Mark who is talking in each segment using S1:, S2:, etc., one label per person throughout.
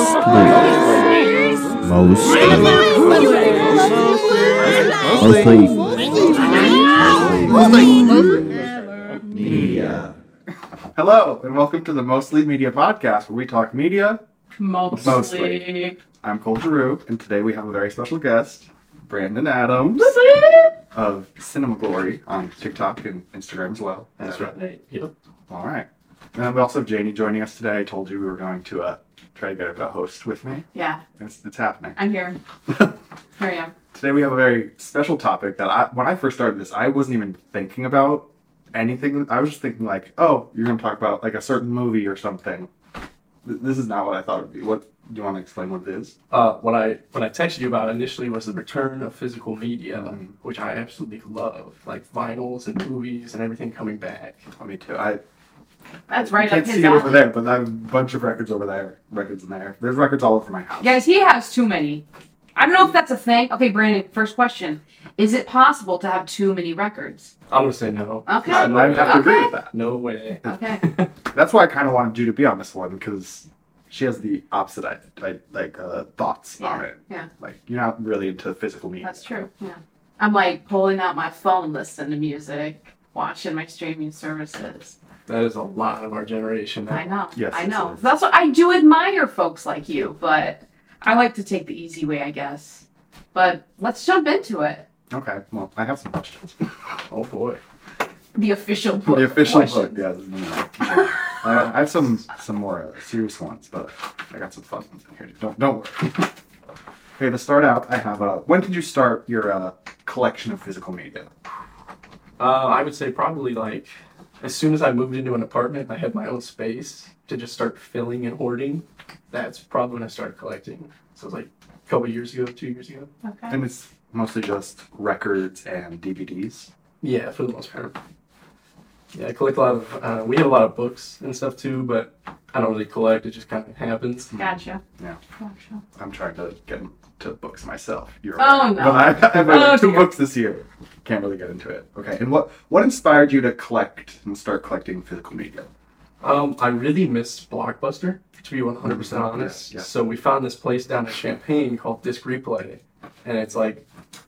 S1: Mostly. Mostly. Mostly. Media.
S2: Hello, and welcome to the Mostly Media Podcast, where we talk media.
S3: Mostly.
S2: Mostly. I'm Cole Giroux, and today we have a very special guest, Brandon Adams of Cinema Glory on TikTok and Instagram as well.
S4: That's right. Yep.
S2: All right. And we also have Janie joining us today. I told you we were going to uh, try to get a host with me.
S3: Yeah,
S2: It's, it's happening.
S3: I'm here. Here I am.
S2: Today we have a very special topic that I, when I first started this, I wasn't even thinking about anything. I was just thinking like, oh, you're gonna talk about like a certain movie or something. Th- This is not what I thought it would be. What do you want to explain what it is?
S4: Uh, what I what I texted you about initially was the return of physical media,
S2: Mhm.
S4: which I absolutely love, like vinyls and movies and everything coming back.
S2: Oh, me too. I
S3: That's right
S2: can't
S3: up
S2: see
S3: his
S2: it over
S3: alley.
S2: there, but I have a bunch of records over there. Records in there. There's records all over my house.
S3: Guys, he has too many. I don't know if that's a thing. Okay, Brandon, first question. Is it possible to have too many records?
S4: I'm gonna say no.
S3: Okay.
S2: I, I have to agree with that.
S4: No way.
S3: Okay.
S2: That's why I kind of wanted you to be on this one because she has the opposite I, I, like uh, thoughts on it.
S3: Yeah,
S2: Like you're not really into physical media.
S3: that's true. Yeah. I'm like pulling out my phone, listening to music, watching my streaming services.
S4: That is a lot of our generation.
S3: I
S4: Now.
S3: know.
S2: Yes,
S3: I
S2: it
S3: know.
S2: is.
S3: That's what I do admire folks like you, but I like to take the easy way, I guess. But let's jump into it.
S2: Okay. Well, I have some questions.
S4: Oh boy.
S3: The official book.
S2: The official
S3: question.
S2: book, yeah. no, no, no. I, I have some some more uh, serious ones, but I got some fun ones in here. Don't don't worry. okay, to start out, I have uh, when did you start your uh, collection of physical media?
S4: Uh, I would say probably like as soon as I moved into an apartment, and I had my own space to just start filling and hoarding. That's probably when I started collecting. So it's like a couple years ago, two years ago.
S3: Okay.
S2: And it's mostly just records and DVDs.
S4: Yeah, for the most part. Yeah, I collect a lot of. Uh, we have a lot of books and stuff too, but I don't really collect. It just kind of happens.
S3: Gotcha.
S2: Hmm. Yeah.
S3: Gotcha.
S2: I'm trying to get into books myself. You're
S3: Oh, no.
S2: But I, I have uh,
S3: Oh,
S2: two
S3: dear.
S2: books this year. Can't really get into it. Okay, and what what inspired you to collect and start collecting physical media?
S4: Um, I really miss Blockbuster, to be one hundred percent honest.
S2: Mm-hmm. Yeah, yeah.
S4: So we found this place down in Champaign called Disc Replay, and it's like,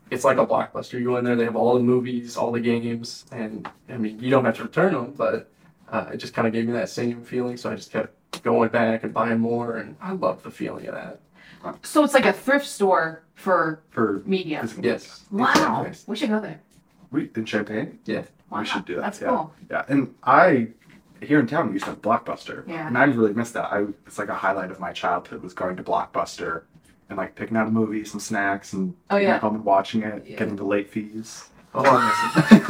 S4: it's like a Blockbuster. You go in there, they have all the movies, all the games, and I mean, you don't have to return them, but uh, it just kind of gave me that same feeling. So I just kept going back and buying more, and I love the feeling of that.
S3: So it's like a thrift store for
S2: For
S3: media.
S2: physical media.
S4: Yes.
S3: Wow.
S4: Exactly.
S3: We should go there.
S2: We in Champagne?
S4: Yeah.
S3: Wow.
S2: We should do that.
S3: That's
S2: yeah.
S3: cool.
S2: Yeah, and I here in town we used to have Blockbuster.
S3: Yeah.
S2: And I really missed that. I it's like a highlight of my childhood was going to Blockbuster and like picking out a movie, some snacks, and
S3: Oh,
S2: getting
S3: yeah.
S2: home and watching it,
S3: Yeah.
S2: getting the late fees.
S4: Oh, I miss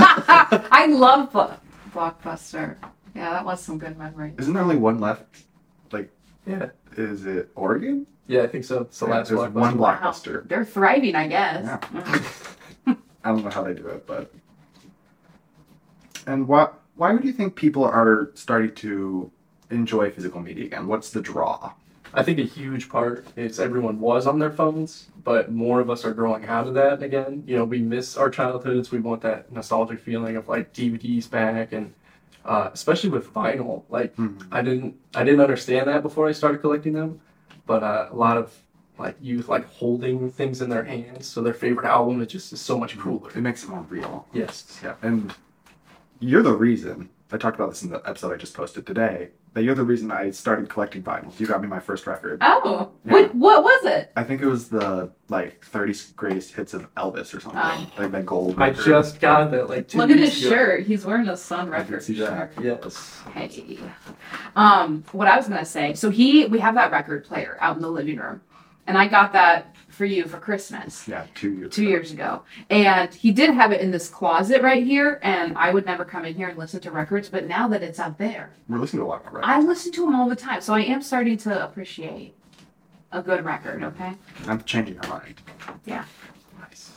S4: it.
S3: I love Blo- Blockbuster. Yeah, that was some good memory.
S2: Isn't there only one left? Like,
S4: Yeah.
S2: is it Oregon?
S4: Yeah, I think so. It's the
S2: Yeah,
S4: last
S2: there's
S4: blockbuster.
S2: one
S3: Wow.
S2: Blockbuster.
S3: They're thriving, I guess.
S2: Yeah.
S3: Mm.
S2: I don't know how they do it, but. And why why do you think people are starting to enjoy physical media again? What's the draw?
S4: I think a huge part is everyone was on their phones, but more of us are growing out of that again. You know, we miss our childhoods. We want that nostalgic feeling of like DVDs back, and uh, especially with vinyl. Like I didn't, I didn't understand that before I started collecting them, but uh, a lot of like youth like holding things in their hands, so their favorite album is just is so much cooler.
S2: It makes it more real.
S4: Yes.
S2: Yeah, and you're the reason. I talked about this in the episode I just posted today. That you're the reason I started collecting vinyls. You got me my first record.
S3: Oh,
S2: Yeah.
S3: what what was it?
S2: I think it was the like 30 greatest hits of Elvis or something,
S3: Oh.
S2: like the gold.
S4: I
S2: record.
S4: just got that like two
S3: Look at
S4: weeks
S3: his
S4: ago.
S3: shirt. He's wearing a Sun
S2: I can
S3: Records
S2: see that.
S3: shirt.
S4: Yes.
S3: Hey. Um, what I was gonna say, so he we have that record player out in the living room. And I got that for you for Christmas.
S2: yeah, two years.
S3: two years ago. And he did have it in this closet right here, and I would never come in here and listen to records, but now that it's out there,
S2: We're listening to a lot of records.
S3: I listen to them all the time. So I am starting to appreciate a good record, okay?
S2: I'm changing my mind.
S3: Yeah.
S2: Nice.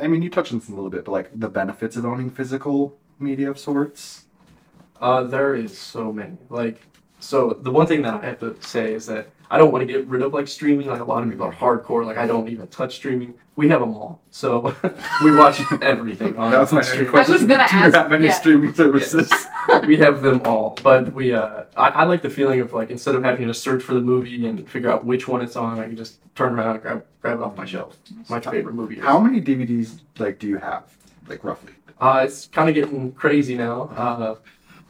S2: I mean, you touched on this a little bit, but like the benefits of owning physical media of sorts.
S4: Uh, there is so many. Like, So the one thing that I have to say is that I don't want to get rid of like streaming. Like a lot of people are hardcore. Like I don't even touch streaming. We have them all, so we watch everything on,
S2: That was my
S4: on
S2: next
S4: streaming.
S2: question.
S3: I was gonna
S2: Do you
S3: ask-
S2: have any
S3: yeah.
S2: streaming services?
S4: we have them all, but we. Uh, I, I like the feeling of like instead of having to search for the movie and figure out which one it's on, I can just turn around and grab, grab it off my shelf. My favorite movie. Is.
S2: How many DVDs like do you have? Like roughly.
S4: Uh, it's kind of getting crazy now. Uh,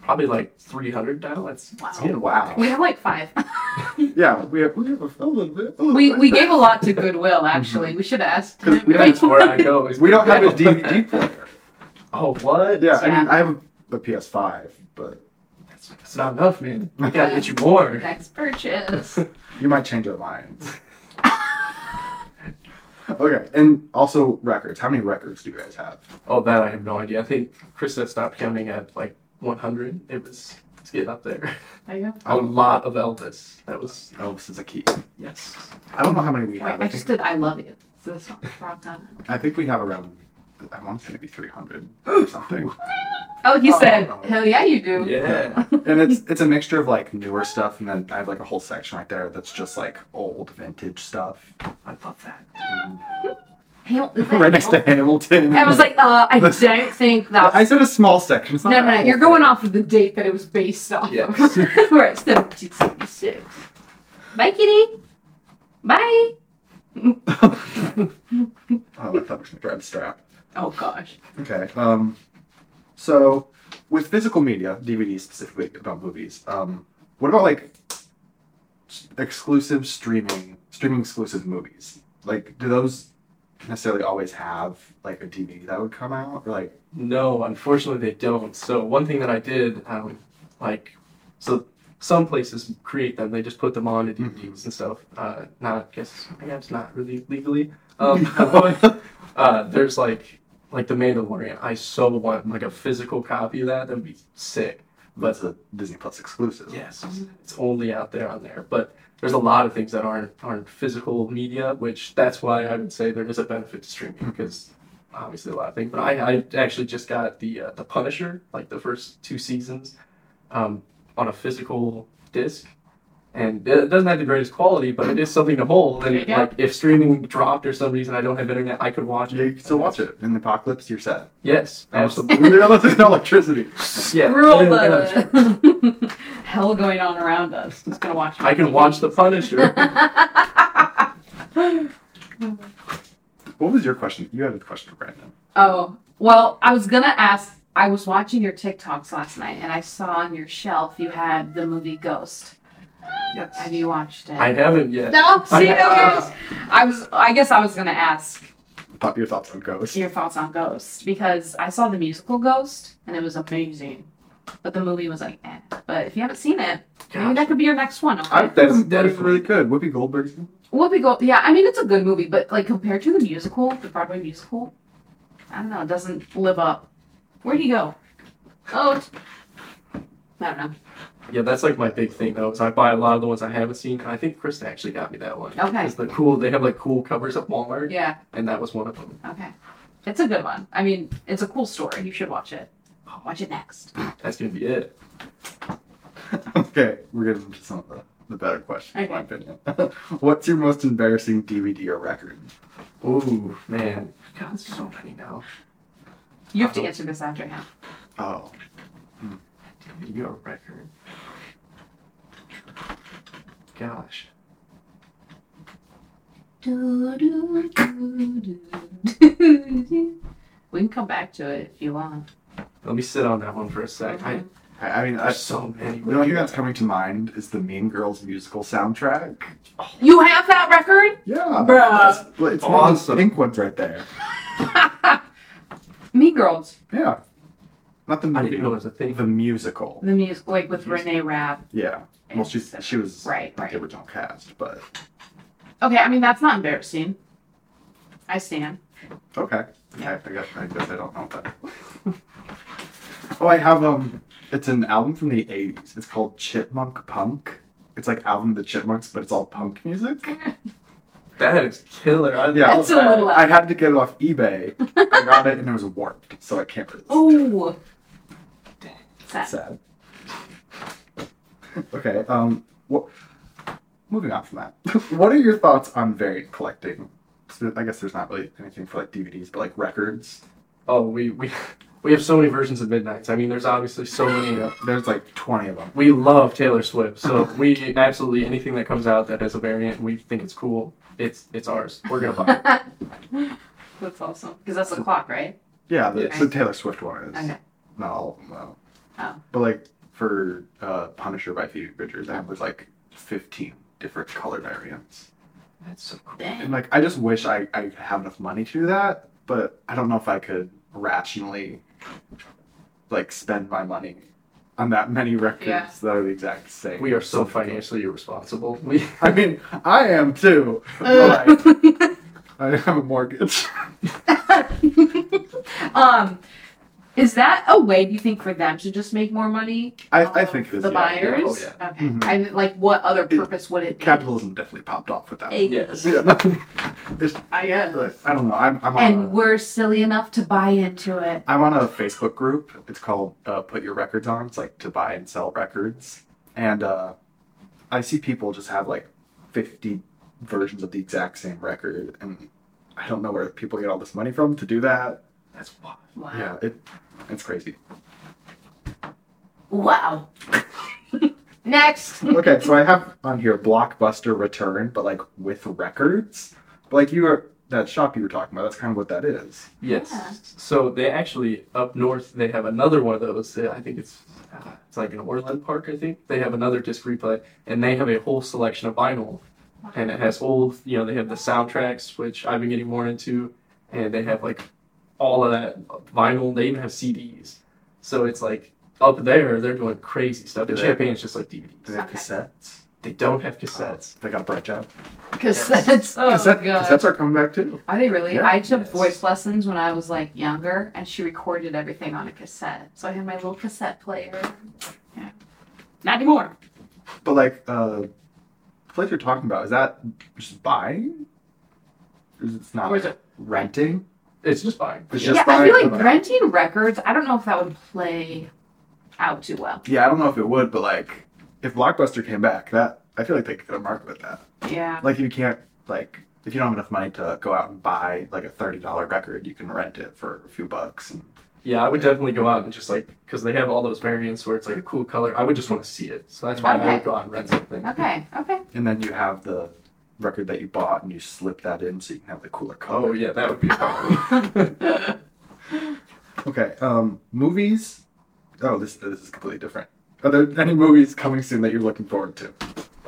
S4: probably like 300 now. It's, it's
S3: Oh, Wow.
S4: getting
S2: wow.
S3: We have like five.
S2: Yeah, we have we have a, a little bit. a little
S3: we
S2: bit.
S3: we gave a lot to Goodwill. Actually, we should have asked.
S2: 'Cause
S3: him.
S2: we
S4: That's where I go. is
S2: we don't have a
S4: Goodwill.
S2: DVD player.
S4: oh, what?
S2: Yeah, I mean
S3: Yeah.
S2: I have a, a PS5, but
S4: That's, that's not enough, man. We gotta get you more.
S3: Next purchase.
S2: you might change your mind. okay, and also records. How many records do you guys have?
S4: Oh, that I have no idea. I think Krista stopped counting at like 100. It was it's getting up there.
S3: There you go.
S4: A lot of Elvis. That was
S2: Oh, this is a key.
S4: yes.
S2: I don't know how many we
S3: Wait,
S2: have.
S3: I
S2: I
S3: just
S2: think,
S3: did I love you. So that's not wrong time.
S2: I think we have around. I want to say maybe 300 or something.
S3: Oh, he
S4: Oh,
S3: said,
S4: no.
S3: hell yeah, you do.
S4: Yeah.
S2: and it's it's a mixture of like newer stuff, and then I have like a whole section right there that's just like old vintage stuff.
S4: I love that.
S3: Hell- is that
S2: right next to
S3: hell?
S2: Hamilton.
S3: I was like, uh, I don't think that's.
S2: I said a small section. It's
S3: no,
S2: not
S3: no,
S2: that
S3: no,
S2: whole
S3: you're going
S2: thing.
S3: off of the date that it was based off of.
S4: Yes.
S3: We're at 1776. Bye, kitty. Bye.
S2: Oh, I thought it was a bread strap.
S3: Oh, gosh.
S2: Okay. Um, so with physical media, DVDs specifically about movies, um, what about like s- exclusive streaming, streaming exclusive movies? Like, do those necessarily always have like a DVD that would come out? Or like,
S4: No, unfortunately they don't. So one thing that I did, um, like, so some places create them. They just put them on to DVDs and stuff. Uh, not, I guess, I guess not really legally. Um, but, uh, there's like, like the Mandalorian. I so want like a physical copy of that. That would be sick.
S2: that's a Disney Plus exclusive.
S4: Yes, it's only out there on there. But there's a lot of things that aren't aren't physical media, which that's why I would say there is a benefit to streaming because obviously a lot of things. But I, I actually just got the uh, the Punisher, like the first two seasons, um, on a physical disc. And it doesn't have the greatest quality, but it is something to hold. And
S3: Yeah.
S4: like, if streaming dropped or some reason I don't have internet, I could watch it.
S2: Yeah, you can still watch it. In the apocalypse, you're set.
S4: Yes, absolutely.
S2: Unless there's no electricity.
S4: yeah,
S3: Rule
S4: literally.
S3: the hell going on around us. Just gonna watch.
S4: I can watch the Punisher.
S2: What was your question? You had a question, Brandon.
S3: Oh, well, I was gonna ask. I was watching your TikToks last night, and I saw on your shelf you had the movie Ghost. Have
S4: yes.
S3: you watched it?
S4: I haven't yet.
S3: no,
S4: I
S3: see, no
S4: have-
S3: Ghost. I was. I guess I was gonna ask
S2: Pop your thoughts on Ghost.
S3: your thoughts on Ghost because I saw the musical Ghost, and it was amazing, but the movie was like, eh. But if you haven't seen it, maybe that
S4: Gosh.
S3: could be your next one. Okay?
S2: I, that's, that's
S4: Definitely.
S2: really good. Whoopi Goldberg's
S3: Whoopi Gold. Yeah, I mean it's a good movie, but like compared to the musical, the Broadway musical, I don't know, it doesn't live up. Where'd he go? Oh, it's- I don't know.
S4: Yeah, that's like my big thing though, is I buy a lot of the ones I haven't seen. and I think Krista actually got me that one.
S3: Okay.
S4: It's the cool they have like cool covers at Walmart,
S3: Yeah,
S4: and that was one of them.
S3: okay. It's a good one. I mean, it's a cool story. You should watch it. I'll watch it next.
S4: That's gonna be it.
S2: Okay, we're getting into some of the, the better questions, in my opinion. What's your most embarrassing DVD or record?
S4: Ooh man, God, there's so many now.
S3: You have to answer this after him.
S2: Oh,
S4: Your record. Gosh,
S3: Do, do, do, do, do, do. We can come back to it if you want.
S4: let me sit on that one for a sec. I,
S2: I, I mean, I,
S4: there's so many.
S2: the only thing that's coming to mind is the Mean Girls musical soundtrack.
S3: You have that record?
S2: Yeah,
S3: Bruh.
S2: It's, it's one of those
S4: Awesome.
S2: pink ones right there.
S3: Mean Girls,
S2: Yeah, not the
S4: I
S2: movie,
S4: didn't know it was a thing.
S2: the musical.
S3: the music, like with Renee Rapp.
S2: Yeah, well, she's she was
S3: Right,
S2: not
S3: right.
S2: the original cast, but
S3: Okay, I mean that's not embarrassing. I stand.
S2: okay. Yeah, I, guess, I guess I don't know that. oh, I have um, it's an album from the '80s. It's called Chipmunk Punk. It's like album of the Chipmunks, but it's all punk music.
S4: That is killer. I
S2: Yeah.
S4: love
S3: That's a
S4: that.
S3: little-
S2: I had to get it off eBay. I got it and it was warped, so I can't really listen to it.
S3: Oh.
S2: It's sad. Okay. Um. What? Moving on from that. What are your thoughts on variant collecting? So I guess there's not really anything for like DVDs, but like records.
S4: Oh, we we we have so many versions of Midnight's. I mean, there's obviously so many. uh,
S2: There's like 20 of them.
S4: We love Taylor Swift, so we absolutely anything that comes out that has a variant, we think it's cool. It's it's ours. We're gonna buy it.
S3: That's awesome. Because that's the clock, right?
S2: Yeah, the,
S3: Yes.
S2: the Taylor Swift one is.
S3: Okay.
S2: Not all of them though.
S3: Oh.
S2: But like for uh, Punisher by Phoebe Bridgers, that was like 15 different color variants.
S4: That's so cool.
S2: And
S3: Dang.
S2: like I just wish I I could have enough money to do that, but I don't know if I could rationally like spend my money on that many records
S3: Yeah.
S2: that are the exact same.
S4: We are so financially irresponsible. We
S2: I mean, I am too.
S3: Uh,
S2: but I have a mortgage.
S3: um, is that a way do you think for them to just make more money?
S2: I,
S3: off
S2: I think it is
S3: the
S2: yeah, yeah.
S4: buyer?
S3: buyers.
S4: yeah.
S3: Okay.
S2: Mhm.
S3: I mean, like, what other
S2: It-
S3: purpose would it be?
S2: Capitalism definitely popped off with that.
S3: Hey,
S4: yes.
S2: Yeah.
S3: I guess.
S2: I don't know. I'm, I'm on a-
S3: And we're silly enough to buy into it.
S2: I'm on a Facebook group. It's called uh, Put Your Records On. It's like to buy and sell records. And uh, I see people just have like 50 versions of the exact same record. And I don't know where people get all this money from to do that.
S4: That's wild.
S3: Wow.
S2: Yeah, it, it's crazy.
S3: Wow. Next.
S2: Okay, so I have on here Blockbuster Return, but like with records. But like you were, that shop you were talking about, that's kind of what that is.
S4: Yes.
S3: Yeah.
S4: So they actually up north they have another one of those. that I think it's uh, it's like in Orland Park. I think they have another disc replay, and they have a whole selection of vinyl, and it has old. You know, they have the soundtracks, which I've been getting more into, and they have like all of that vinyl. They even have CDs. So it's like up there they're doing crazy stuff. In
S2: Do they-
S4: Japan, it's just like
S2: Do
S4: DVDs.
S2: they have
S3: Okay.
S2: cassettes?
S4: They don't have cassettes.
S2: They got a bright job.
S3: Cassettes. Oh,
S2: Cassette,
S3: God.
S2: cassettes are coming back too.
S3: Are they really?
S2: Yeah.
S3: I took
S4: Yes.
S3: voice lessons when I was like younger, and she recorded everything on a cassette. So I had my little cassette player. Yeah. Not anymore.
S2: But like, uh, the place you're talking about is that just buying? Or is it not
S3: Or is it-
S2: renting?
S4: It's just fine.
S2: It's
S4: Yeah.
S2: just
S3: yeah, I feel
S2: fine.
S3: like renting records. I don't know if that would play out too well.
S2: Yeah, I don't know if it would, but like, if Blockbuster came back, that I feel like they could get a market with that.
S3: Yeah.
S2: Like, if you can't, like, if you don't have enough money to go out and buy like a thirty dollar record, you can rent it for a few bucks. And
S4: Yeah, I would definitely go out and just like because they have all those variants where it's like a cool color. I would just want to see it, so that's why I
S3: Okay.
S4: would go out and rent something.
S3: Okay. Okay.
S2: and then you have the record that you bought, and you slip that in so you can have the cooler color.
S4: Oh yeah, that would be a problem.
S2: Okay, um, movies. Oh, this this is completely different. Are there any movies coming soon that you're looking forward to?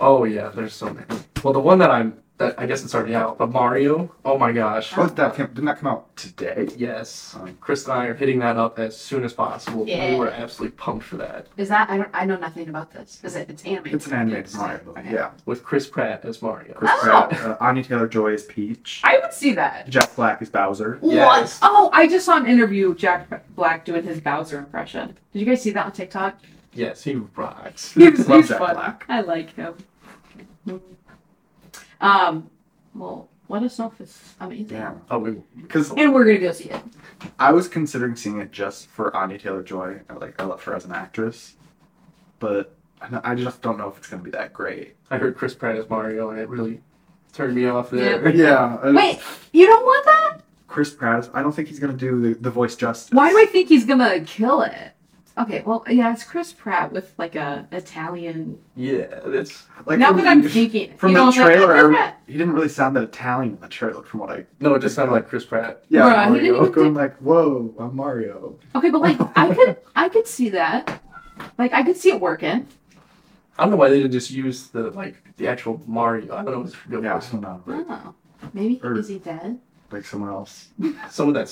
S4: oh yeah, there's so many. Well, the one that I'm that I guess it's already out, but Mario. Oh my gosh.
S2: Oh, that came, didn't that come out today?
S4: Yes,
S2: Um,
S4: Chris and I are hitting that up as soon as possible.
S3: Yeah.
S4: We were absolutely pumped for that
S3: Is that I don't I know nothing about this. Is it? It's animated.
S2: It's an animated Mario movie.
S3: Okay.
S2: Yeah,
S4: with Chris Pratt as Mario.
S2: Chris
S3: Oh.
S2: Pratt, uh, Anya Taylor Joy is Peach.
S3: I would see that.
S2: Jack Black is Bowser.
S4: Yes.
S3: What? Oh, I just saw an interview of Jack Black doing his Bowser impression. Did you guys see that on TikTok?
S4: Yes, he rocks.
S3: He was, he
S2: Love
S3: was
S2: Jack
S3: fun.
S2: Black.
S3: I like him. Um, well, let us know if it's amazing.
S2: Damn,
S4: Oh, we,
S2: because
S3: And we're gonna go see it.
S2: I was considering seeing it just for Anya Taylor Joy. Like I love her as an actress, but I don't- I just don't know if it's gonna be that great.
S4: I heard Chris Pratt as Mario, and it really turned me off there.
S2: Yeah. uh,
S3: Wait, you don't want that?
S2: Chris Pratt. is- I don't think he's gonna do the, the voice justice.
S3: Why do I think he's gonna kill it? Okay, well, yeah, it's Chris Pratt with like a Italian.
S4: Yeah, that's
S2: Like
S3: now
S2: from
S3: that I'm
S2: the-
S3: thinking,
S2: from
S3: you
S2: the
S3: know, I'm like,
S2: trailer, I
S3: Chris
S2: rem-
S3: Pratt.
S2: he didn't really sound that Italian in the trailer, from what I
S4: no, it just sounded like Chris Pratt.
S2: yeah,
S3: Bruh, he didn't
S2: Mario.
S3: even
S2: going like, whoa, I'm Mario.
S3: okay, but like I could, I could see that. Like I could see it working.
S4: I don't know why they didn't just use the like the actual Mario. I don't know. It's real
S2: Yeah, I
S4: person.
S2: don't know.
S3: I
S2: but,
S3: don't know. Maybe
S2: Or-
S3: is he dead?
S2: Like someone else.
S4: Someone that
S2: That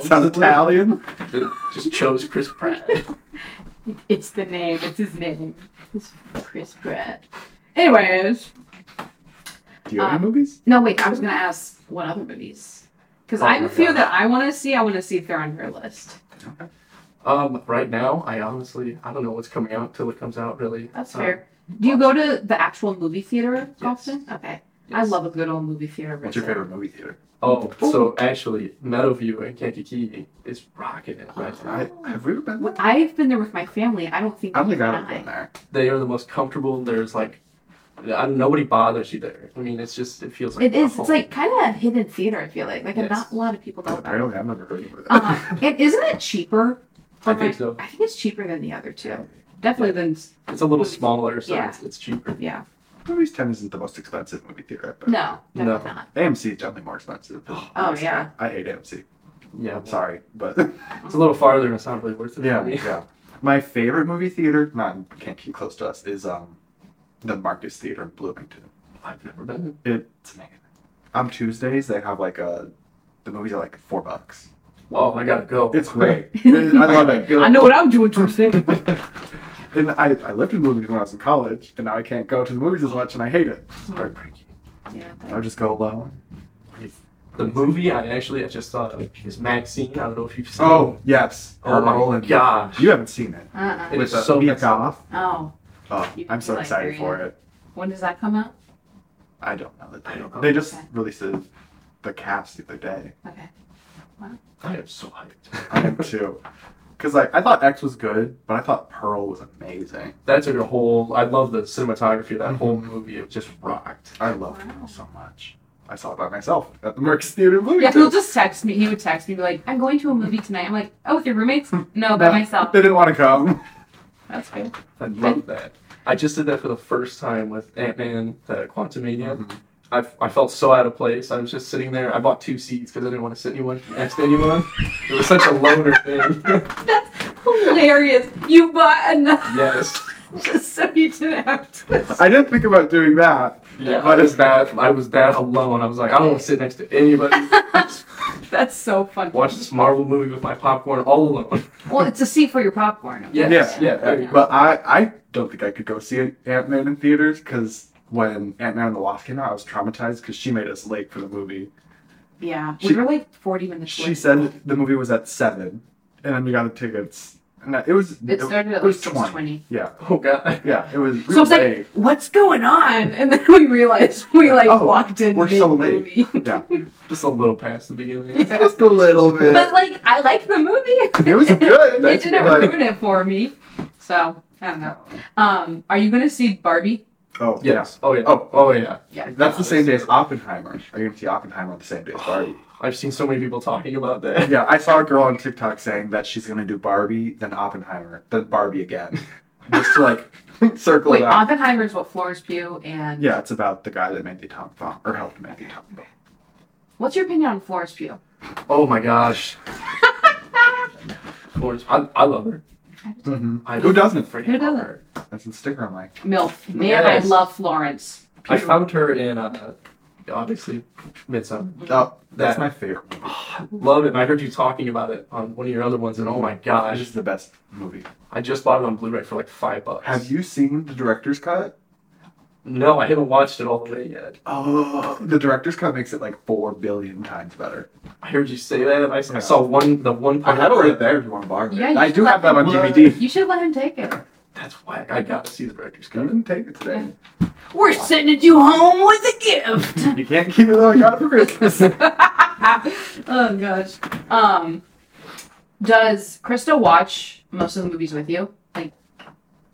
S4: sounds
S2: sounds Italian.
S4: that just chose Chris Pratt.
S3: It's the name. It's his name. It's Chris Pratt. Anyways.
S2: Do you
S3: Uh,
S2: have any movies?
S3: No, wait. I was gonna ask what other movies, because
S2: Oh
S3: I have
S2: my
S3: a few
S2: God.
S3: that I want to see. I want to see if they're on your list.
S4: Um, right now, I honestly I don't know what's
S2: Uh,
S4: coming out till it comes out. Really,
S3: That's
S4: Um,
S3: fair. Do you go to the actual movie theater often? Okay. I love a good old movie theater.
S2: What's your
S3: visit.
S2: favorite movie theater?
S4: Oh, so actually, Meadowview in Kankakee is rocking it right now.
S2: I,
S3: Oh.
S2: have we ever been?
S3: Well,
S2: there?
S3: I've been there with my family. I don't think
S2: I don't think
S3: we
S2: I've
S3: can.
S2: ever been there.
S4: They are the most comfortable. There's like, I, nobody bothers you there. I mean, it's just it feels like
S3: It is.
S4: home.
S3: It's like kind of a hidden theater. I feel like like
S4: Yes.
S3: not a lot of people know about. it.
S2: Apparently, I've never heard of that.
S3: Uh, and isn't it cheaper?
S4: I think so.
S3: I think it's cheaper than the other two. Definitely than
S4: It's a little smaller, so
S3: Yeah.
S4: it's, it's cheaper.
S3: yeah.
S2: Movies ten isn't the most expensive movie theater. But
S3: No,
S4: No.
S3: definitely not.
S2: AMC is definitely more expensive.
S3: Oh yeah.
S2: I hate AMC.
S4: Yeah,
S2: I'm sorry, but
S4: It's a little farther, and it's not really worth it.
S2: yeah, yeah. My favorite movie theater, not in Kankakee, close to us, is um, the Marcus Theater in Bloomington.
S4: I've never been.
S2: It's amazing. On Tuesdays, they have like a. The movies are like four bucks.
S4: Well, Oh, I gotta go.
S2: It's great. I love it.
S3: I know what I'm doing Tuesday.
S2: and I, I lived in Bloomington when I was in college, and now I can't go to the movies as much, and I hate it.
S4: It's heartbreaking.
S3: yeah.
S2: I just go alone.
S4: The movie I actually I just thought of is Maxine. I don't know if you've seen.
S2: Oh
S4: it.
S2: yes.
S4: oh my
S2: Roland.
S4: gosh!
S2: You haven't seen it.
S3: Uh-uh.
S4: It
S2: With
S4: is
S2: uh,
S4: so
S2: Mia
S4: excellent.
S2: Goth.
S3: Oh,
S2: Oh,
S3: You-
S2: I'm so
S3: you like
S2: excited
S3: Harry
S2: for
S3: Potter?
S2: it.
S3: when does that come out?
S2: I don't know that they.
S4: I don't know.
S2: They just
S3: Okay.
S2: released the, the cast the other day.
S3: Okay.
S4: I am so hyped.
S2: I am too. Because like I thought X was good, but I thought Pearl was amazing.
S4: That's a whole. I love the cinematography of that whole movie. It just rocked.
S2: I love
S3: Wow.
S2: Pearl so much. I saw it by myself at the Merck's Theater movie.
S3: Yeah, he'll just text me. He would text me be like, "I'm going to a movie tonight." I'm like, "Oh, with your roommates?" No, by myself.
S2: They didn't want to come.
S3: That's good.
S4: I love that. I just did that for the first time with Ant Man, the Quantumania.
S2: Mm-hmm.
S4: I, I felt so out of place. I was just sitting there. I bought two seats because I didn't want to sit anyone next to anyone. It was such a loner thing.
S3: That's hilarious. You bought enough
S4: yes.
S3: just so you didn't have to.
S2: I didn't think about doing that.
S4: Yeah. I
S2: But
S4: was
S2: it's
S4: that. I was that alone. I was like, I don't want to sit next to anybody.
S3: That's so funny.
S4: Watch this Marvel movie with my popcorn all alone.
S3: Well, it's a seat for your popcorn.
S4: Yes.
S2: Yeah.
S4: Yeah. there you go.
S2: But I, I don't think I could go see Ant Man in theaters because when Ant Man and the Wasp came out, I was traumatized because she made us late for the movie.
S3: Yeah.
S2: She-
S3: we were like 40 minutes
S2: She
S3: late.
S2: said the movie was at seven, and then we got the tickets. And that- it was
S3: it started at
S2: it was
S3: like 20.
S2: Yeah,
S4: Oh god.
S2: yeah, it was.
S3: So
S2: we
S3: I
S2: were
S3: was like,
S2: late.
S3: what's going on? And then we realized we like
S2: Oh,
S3: walked in.
S2: we're so
S3: mid-movie.
S2: yeah,
S4: Just a little past the beginning.
S2: just a little bit.
S3: But like, I liked the movie.
S2: It was good.
S3: they
S2: That's
S3: didn't
S2: good.
S3: ruin it for me. So, I don't know. Um, are you going to see Barbie?
S2: oh yeah,
S4: Yes. Oh yeah.
S2: Oh.
S4: oh yeah.
S3: Yeah.
S2: that's the same day as Oppenheimer. Are you gonna see Oppenheimer on the same day as Barbie?
S4: Oh,
S3: Oh.
S4: I've seen so many people talking about that.
S2: yeah, I saw a girl on TikTok saying that she's gonna do Barbie, then Oppenheimer, then Barbie again, just to like circle
S3: Wait,
S2: it out.
S3: Oppenheimer's what Florence Pugh and.
S2: Yeah, it's about the guy that made the atomic bomb or helped make the atomic bomb.
S3: What's your opinion on Florence Pugh?
S4: Oh my gosh. Florence, I, I love her.
S2: Mm-hmm.
S4: I
S2: Who doesn't?
S4: freaking
S3: Who
S4: love
S3: doesn't?
S4: her.
S2: That's the sticker on my.
S3: MILF. Man,
S4: Yes.
S3: I love Florence.
S4: I found her in uh, obviously Midsummer.
S2: Oh, that's
S4: That-
S2: my favorite. movie.
S4: Love it. And I heard you talking about it on one of your other ones, and oh my
S2: This
S4: gosh,
S2: is the best movie.
S4: I just bought it on Blu-ray for like five bucks.
S2: Have you seen the director's cut?
S4: No, I haven't watched it all the way yet.
S2: Oh, the director's cut makes it like four billion times better.
S4: I heard you say that. I,
S2: Yeah.
S4: I saw one, the one
S2: I
S4: part.
S2: have it right there if you want to borrow it.
S3: Yeah, you
S2: I
S3: should
S2: do
S3: let
S2: have that on
S3: them-
S2: DVD.
S3: You should let him take it.
S4: That's why I got to see the director's
S2: You
S4: cut.
S2: can take it today.
S3: We're sending you home with a gift.
S2: You can't keep it though. I got it for Christmas.
S3: oh gosh. Um, does Krista watch most of the movies with you? Like,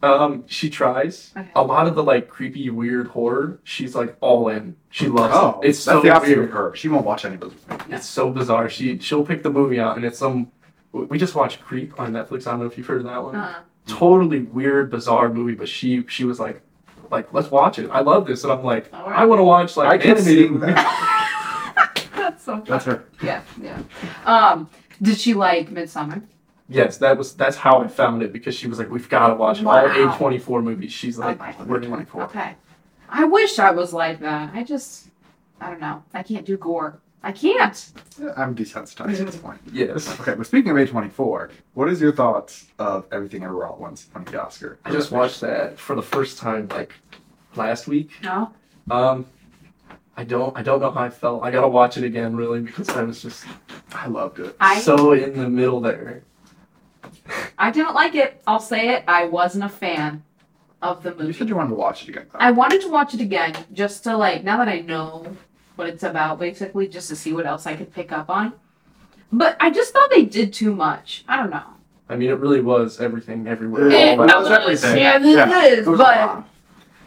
S4: Um, she tries
S3: Okay.
S4: a lot of the like creepy, weird horror. She's like all in. She loves
S2: oh,
S4: it. It's
S2: that's
S4: so
S2: the opposite
S4: weird.
S2: of her. She won't watch any of those. Movies.
S4: It's so bizarre. She she'll pick the movie out, and it's some. We just watched Creep on Netflix. I don't know if you've heard of that one.
S3: uh,
S4: Totally weird, bizarre movie. But she she was like, like let's watch it. I love this, and I'm like,
S3: All right.
S4: I want to watch like
S2: I can see
S4: animated movies.
S2: that.
S3: that's so.
S2: That's her.
S3: Yeah, yeah. Um, did she like Midsummer?
S4: Yes, that was that's how I found it because she was like, we've got to watch all
S3: Wow. Oh
S4: A24 movies. She's like,
S3: my
S4: we're
S2: word.
S4: 24.
S3: Okay. I wish I was like that. I just, I don't know. I can't do gore. I can't.
S2: Yeah, I'm desensitized at this point.
S4: Yes.
S2: Okay, but speaking of A24, what is your thoughts of Everything Everywhere All at Once winning the Oscar?
S4: I just watched that for the first time like last week.
S3: No.
S4: Um, I don't I don't know how I felt. I gotta watch it again really because I was just
S2: I loved it.
S3: I
S4: so in the middle there.
S3: I didn't like it. I'll say it. I wasn't a fan. of the
S2: You
S3: movie.
S2: said you wanted to watch it again. Though.
S3: I wanted to watch it again just to like now that I know what it's about, basically, just to see what else I could pick up on. But I just thought they did too much. I don't know.
S4: I mean, it really was everything everywhere.
S2: Yeah,
S4: all
S2: but
S4: that.
S2: that was everything.
S3: Yeah, this
S2: Yeah,
S3: is.
S2: It was a
S3: But
S2: lot.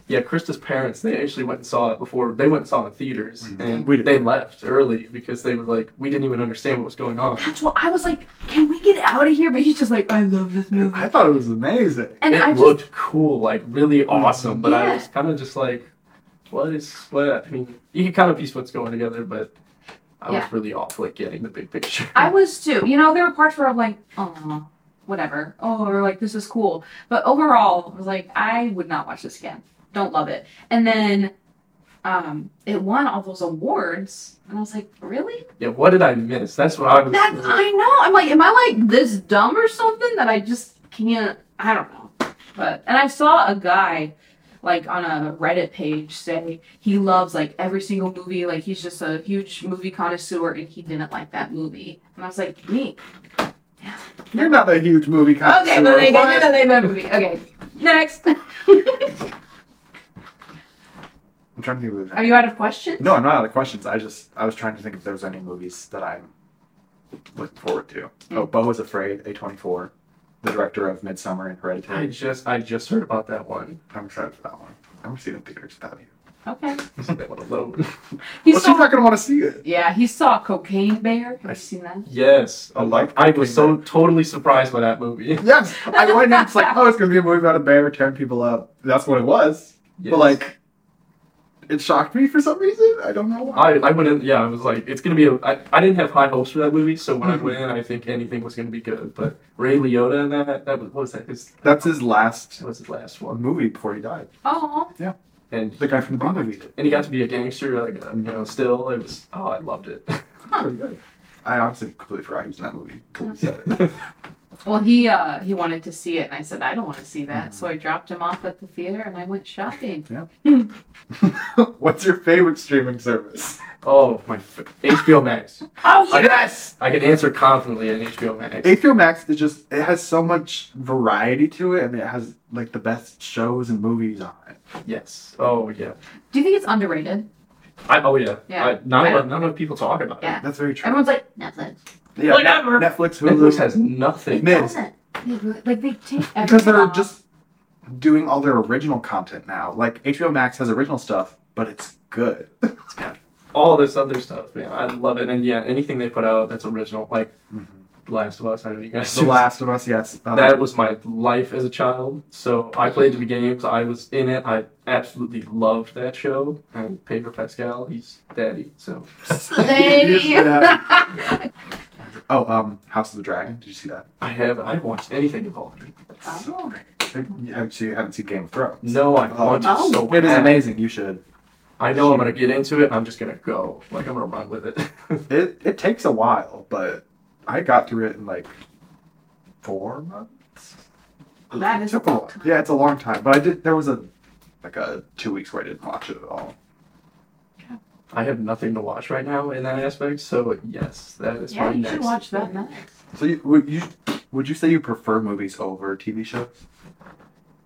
S4: Yeah, Krista's parents, they actually went and saw it before. They went and saw it in theaters,
S2: Mhm.
S4: and
S2: We did.
S4: they left early because they were like, we didn't even understand what was going on.
S3: that's what I was like. Can we get out of here? But he's just like, I love this movie,
S2: I thought it was amazing.
S3: and
S4: it
S3: I just
S4: looked cool, like really awesome, but I
S3: Yeah.
S4: was kind of just like, what is what? I mean, you can kind of piece what's going together, but I
S3: Yeah.
S4: was really off like getting the big picture.
S3: I was too. You know, there were parts where I'm like, oh, whatever. Oh, or like this is cool. But overall, I was like, I would not watch this again. Don't love it. And then um it won all those awards, and I was like, really?
S4: yeah, what did I miss? That's what I was.
S3: That I know. I'm like, am I like this dumb or something that I just can't? I don't know. But and I saw a guy like on a Reddit page say he loves like every single movie. Like he's just a huge movie connoisseur, and he didn't like that movie. And I was like, me.
S2: You're not a huge movie kind
S3: Okay, but they got the name of the movie. Okay, next.
S2: I'm trying to think of the
S3: Are you out of questions?
S2: No, I'm not out of questions. I just I was trying to think if there was any movies that I'm looking forward to.
S3: Mm.
S2: Oh, Bo is Afraid, A24, the director of Midsummer and
S4: I
S2: Hereditary.
S4: just I just heard about that one.
S2: I'm excited for that one. I'm gonna see it in theaters without you.
S3: Okay.
S4: So that one alone.
S3: He
S2: well, she's
S3: saw.
S2: not gonna want to see it.
S3: Yeah, he saw Cocaine Bear. Have you seen that?
S4: yes,
S2: I liked
S4: I was
S2: Breaking
S4: so totally surprised by that movie.
S2: Yes, I went in. It's like, oh, it's gonna be a movie about a bear tearing people up. That's what it was.
S4: Yes.
S2: But like, it shocked me for some reason. I don't know why.
S4: I, I went in, yeah, I was like, it's gonna be a. I, I didn't have high hopes for that movie, so when I
S3: Mm-hmm.
S4: went in, I think anything was gonna be good. But Ray Liotta and that, that was, what was that? His,
S2: That's his last
S4: that was his last one.
S2: movie before he died.
S3: Oh,
S4: And
S2: The guy from the movie.
S4: and he got to be a gangster, like, uh, you know, still. It was, oh, I loved it.
S2: Pretty good. I honestly completely forgot he was in that movie. Completely said it.
S3: well, he uh he wanted to see it, and I said I don't want to see that, so I dropped him off at the theater, and I went shopping.
S2: What's your favorite streaming service?
S4: oh, my. F- HBO Max.
S3: Oh
S4: I yes! I can answer confidently in HBO Max.
S2: HBO Max is just it has so much variety to it, and it has like the best shows and movies on it.
S4: yes. Oh, yeah.
S3: Do you think it's underrated?
S4: I, oh, yeah.
S3: Yeah.
S4: I, not,
S3: I
S4: enough
S3: don't-
S4: not enough people talk about
S3: Yeah.
S4: it.
S2: That's very true.
S3: Everyone's like Netflix.
S2: Yeah,
S4: Whatever.
S2: Netflix, Hulu,
S4: Netflix has nothing.
S2: Miz.
S3: Doesn't. They really- Like they take everything
S2: because they're
S3: off.
S2: just doing all their original content now. Like HBO Max has original stuff, but it's good.
S4: all this other stuff. Man, I love it. And yeah, anything they put out that's original, like
S2: Mhm.
S4: Last of Us. I know you guys.
S2: The Last of Us, yes, uh,
S4: That was my life as a child. So I played the games. I was in it. I absolutely loved that show. And Pedro Pascal, he's daddy. So
S3: Slay.
S2: oh, um, House of the Dragon. Did you see that?
S4: I have I haven't watched anything involved.
S3: Oh.
S2: You haven't seen, you haven't seen Game of Thrones?
S4: No, I want to
S3: Oh.
S4: so
S2: It is
S4: bad.
S2: amazing. You should.
S4: I know I'm gonna get into it. I'm just gonna go. Like I'm gonna run with it.
S2: It it takes a while, but I got through it in like four months.
S3: That
S2: It
S3: is
S2: took
S3: a
S2: a
S3: long
S2: while.
S3: time.
S2: Yeah, it's a long time. But I did. There was a like a two weeks where I didn't watch it at all.
S4: I have nothing to watch right now in that aspect. So yes, that is
S3: Yeah,
S4: my
S3: you
S4: next.
S3: should watch that
S4: thing.
S3: next.
S2: So you would you would you say you prefer movies over TV shows?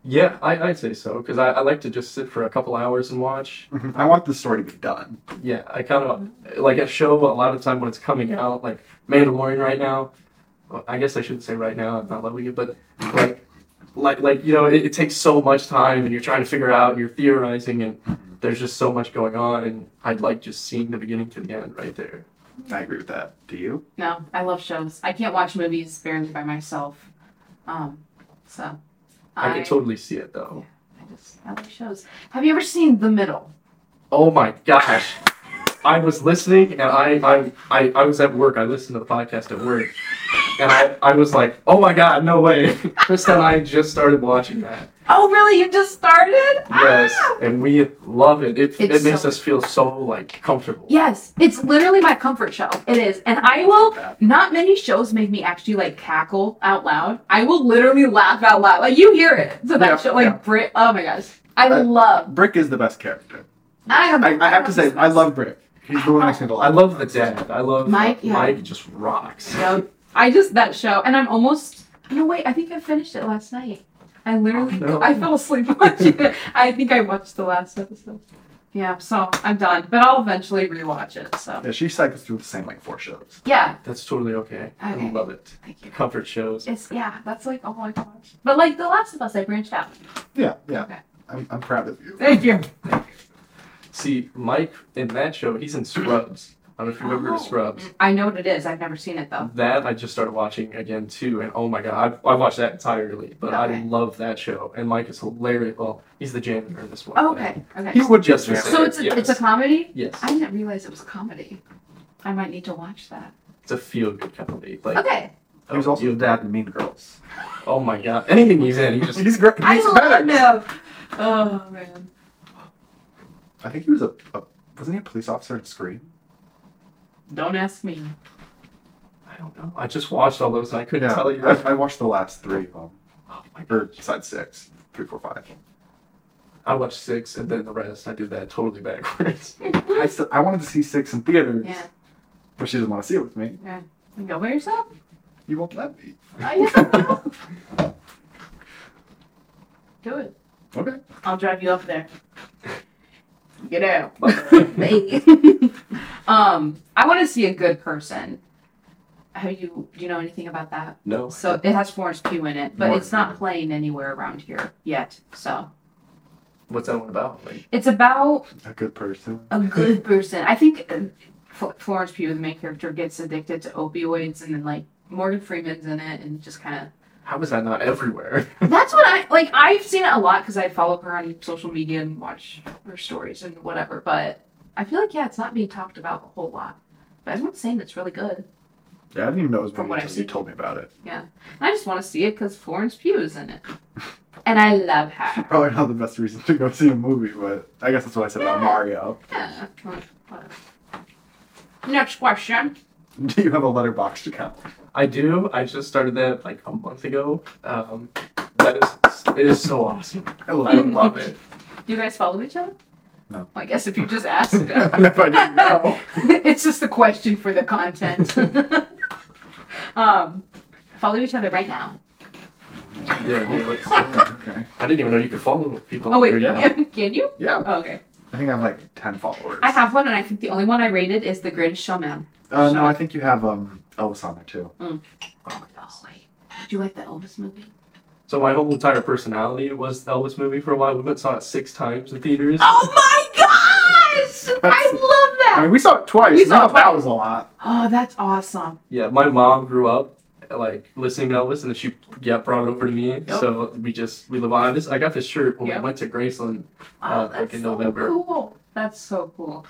S4: Yeah, I, I'd say so because I, I like to just sit for a couple hours and watch.
S2: Mm-hmm. I want the story to be done.
S4: Yeah, I kind of like a show. A lot of time when it's coming out, like Mandalorian right now. well, I guess I shouldn't say right now. I'm not loving it, but like, like, like you know, it, it takes so much time, and you're trying to figure out, and you're theorizing, and there's just so much going on. And I'd like just seeing the beginning to the end right there.
S2: I agree with that. Do you?
S3: No, I love shows. I can't watch movies barely by myself. Um, so
S4: I, could totally see it though.
S3: I just I like shows. Have you ever seen The Middle?
S4: Oh my gosh. I was listening and I, I, I, I was at work. I listened to the podcast at work. And I, I was like, oh my God, no way. Krista and I just started watching that.
S3: Oh, really? You just started?
S4: Yes.
S3: Ah!
S4: And we love it. It, it
S3: It's
S4: makes
S3: so-
S4: us feel so like comfortable.
S3: Yes, it's literally my comfort show. It is, and I will. Not many shows make me actually like cackle out loud. I will literally laugh out loud. Like you hear it. So that
S2: Yeah,
S3: show, like
S2: yeah.
S3: Brit. Oh my gosh, I
S2: Uh,
S3: love.
S2: Brick is the best character.
S3: I,
S2: I, I have to say, I love Brick. He's the one that makes me laugh.
S4: I love the dad. I love
S3: Mike, yeah.
S4: Mike just rocks.
S3: Yep. I just that show, and I'm almost. No wait, I think I finished it last night. I literally,
S4: No.
S3: I fell asleep watching it. I think I watched the last episode. Yeah, so I'm done, but I'll eventually rewatch it. So
S2: Yeah, she cycles through the same like four shows.
S3: yeah,
S4: That's totally okay.
S3: Okay.
S4: I love it.
S3: thank you.
S4: Comfort shows.
S3: It's yeah, that's like all I watch. But like The Last of Us, I branched out.
S2: Yeah, yeah.
S3: Okay.
S2: I'm, I'm proud of you.
S3: Thank you.
S4: See, Mike in that show, he's in Scrubs. I don't know if you remember
S3: Oh.
S4: Scrubs.
S3: I know what it is. I've never seen it though.
S4: That I just started watching again too, and oh my god, I, I watched that entirely. But I
S3: Okay.
S4: love that show, and Mike is hilarious. Well, he's the janitor in this one.
S3: Oh,
S4: but-
S3: okay, okay.
S2: He would just
S4: Yes,
S3: So it's a, it's a comedy.
S4: Yes,
S3: I didn't realize it was a comedy. I might need to watch that.
S4: it's a feel good comedy. Like
S3: Okay,
S2: He was also the dad in Mean Girls.
S4: Oh my god, anything he's in, he just
S2: He's great. He's
S3: I
S2: better.
S3: love them. Oh man,
S2: I think he was a, a wasn't he a police officer in Scream?
S3: don't ask me.
S4: I don't know. I just watched all those and I couldn't tell you.
S2: I, I watched the last three of them,
S4: Oh my god.
S2: or side six, three, four, five.
S4: I watched six and then the rest. I did that totally backwards.
S2: I still, I wanted to see six in theaters,
S3: Yeah,
S2: but she doesn't want to see it with me.
S3: go by yourself.
S2: You won't let me.
S3: I know. Do it.
S2: Okay.
S3: I'll drive you up there. Get out.
S4: But-
S3: um, I want to see a good person. How you do you know anything about that?
S4: no.
S3: So it has Florence Pugh in it, but
S2: Florence
S3: it's not
S2: Pugh.
S3: playing anywhere around here yet. So
S4: What's that one about? Like,
S3: it's about
S2: A good person.
S3: a good person. I think uh, Fl- Florence Pugh, the main character, gets addicted to opioids, and then like Morgan Freeman's in it, and just kind of
S4: how is that not everywhere?
S3: That's what I like. I've seen it a lot because I follow her on social media and watch her stories and whatever. But I feel like yeah, it's not being talked about a whole lot. But everyone's saying it's really good.
S2: Yeah, I didn't even know it was
S3: From
S2: one
S3: what
S2: until
S3: I've
S2: you
S3: seen.
S2: told me about it.
S3: And I just want to see it because Florence Pugh is in it, and I love her.
S2: Probably not the best reason to go see a movie, but I guess that's what I said about
S3: Yeah.
S2: Mario.
S3: Yeah. whatever. Next question.
S2: Do you have a letterboxd account?
S4: I do. I just started that like a month ago. Um, that is, it is so awesome.
S2: I love
S4: I love it.
S3: Do you guys follow each other?
S2: No.
S3: I guess if you just asked.
S2: if I didn't know.
S3: it's just the question for the content. um, follow each other right now.
S4: Yeah. it was-
S2: okay.
S4: I didn't even know you could follow people.
S3: Oh wait,
S4: Or, yeah.
S3: can you?
S2: Yeah,
S3: Oh, okay.
S2: I think I have like ten followers.
S3: I have one, and I think the only one I rated is The Greatest Showman.
S2: Uh, no, I think you have um Elvis on there too.
S3: Oh, wait. Do you like the Elvis movie?
S4: So my whole entire personality was the Elvis movie for a while. We went and saw it six times in theaters.
S3: Oh my gosh! I
S2: That's-
S3: love
S2: I
S3: that.
S2: mean, we saw it twice.
S3: We saw
S2: Not
S3: it
S2: that
S3: twice.
S2: was a lot.
S3: Oh, that's awesome.
S4: Yeah, my mom grew up like listening to Elvis, and then she yeah brought it over to me. So we just we live on this. I got this shirt when
S3: Yep.
S4: we went to Graceland.
S3: Oh,
S4: Uh,
S3: that's
S4: like in
S3: so
S4: November.
S3: cool. That's so cool.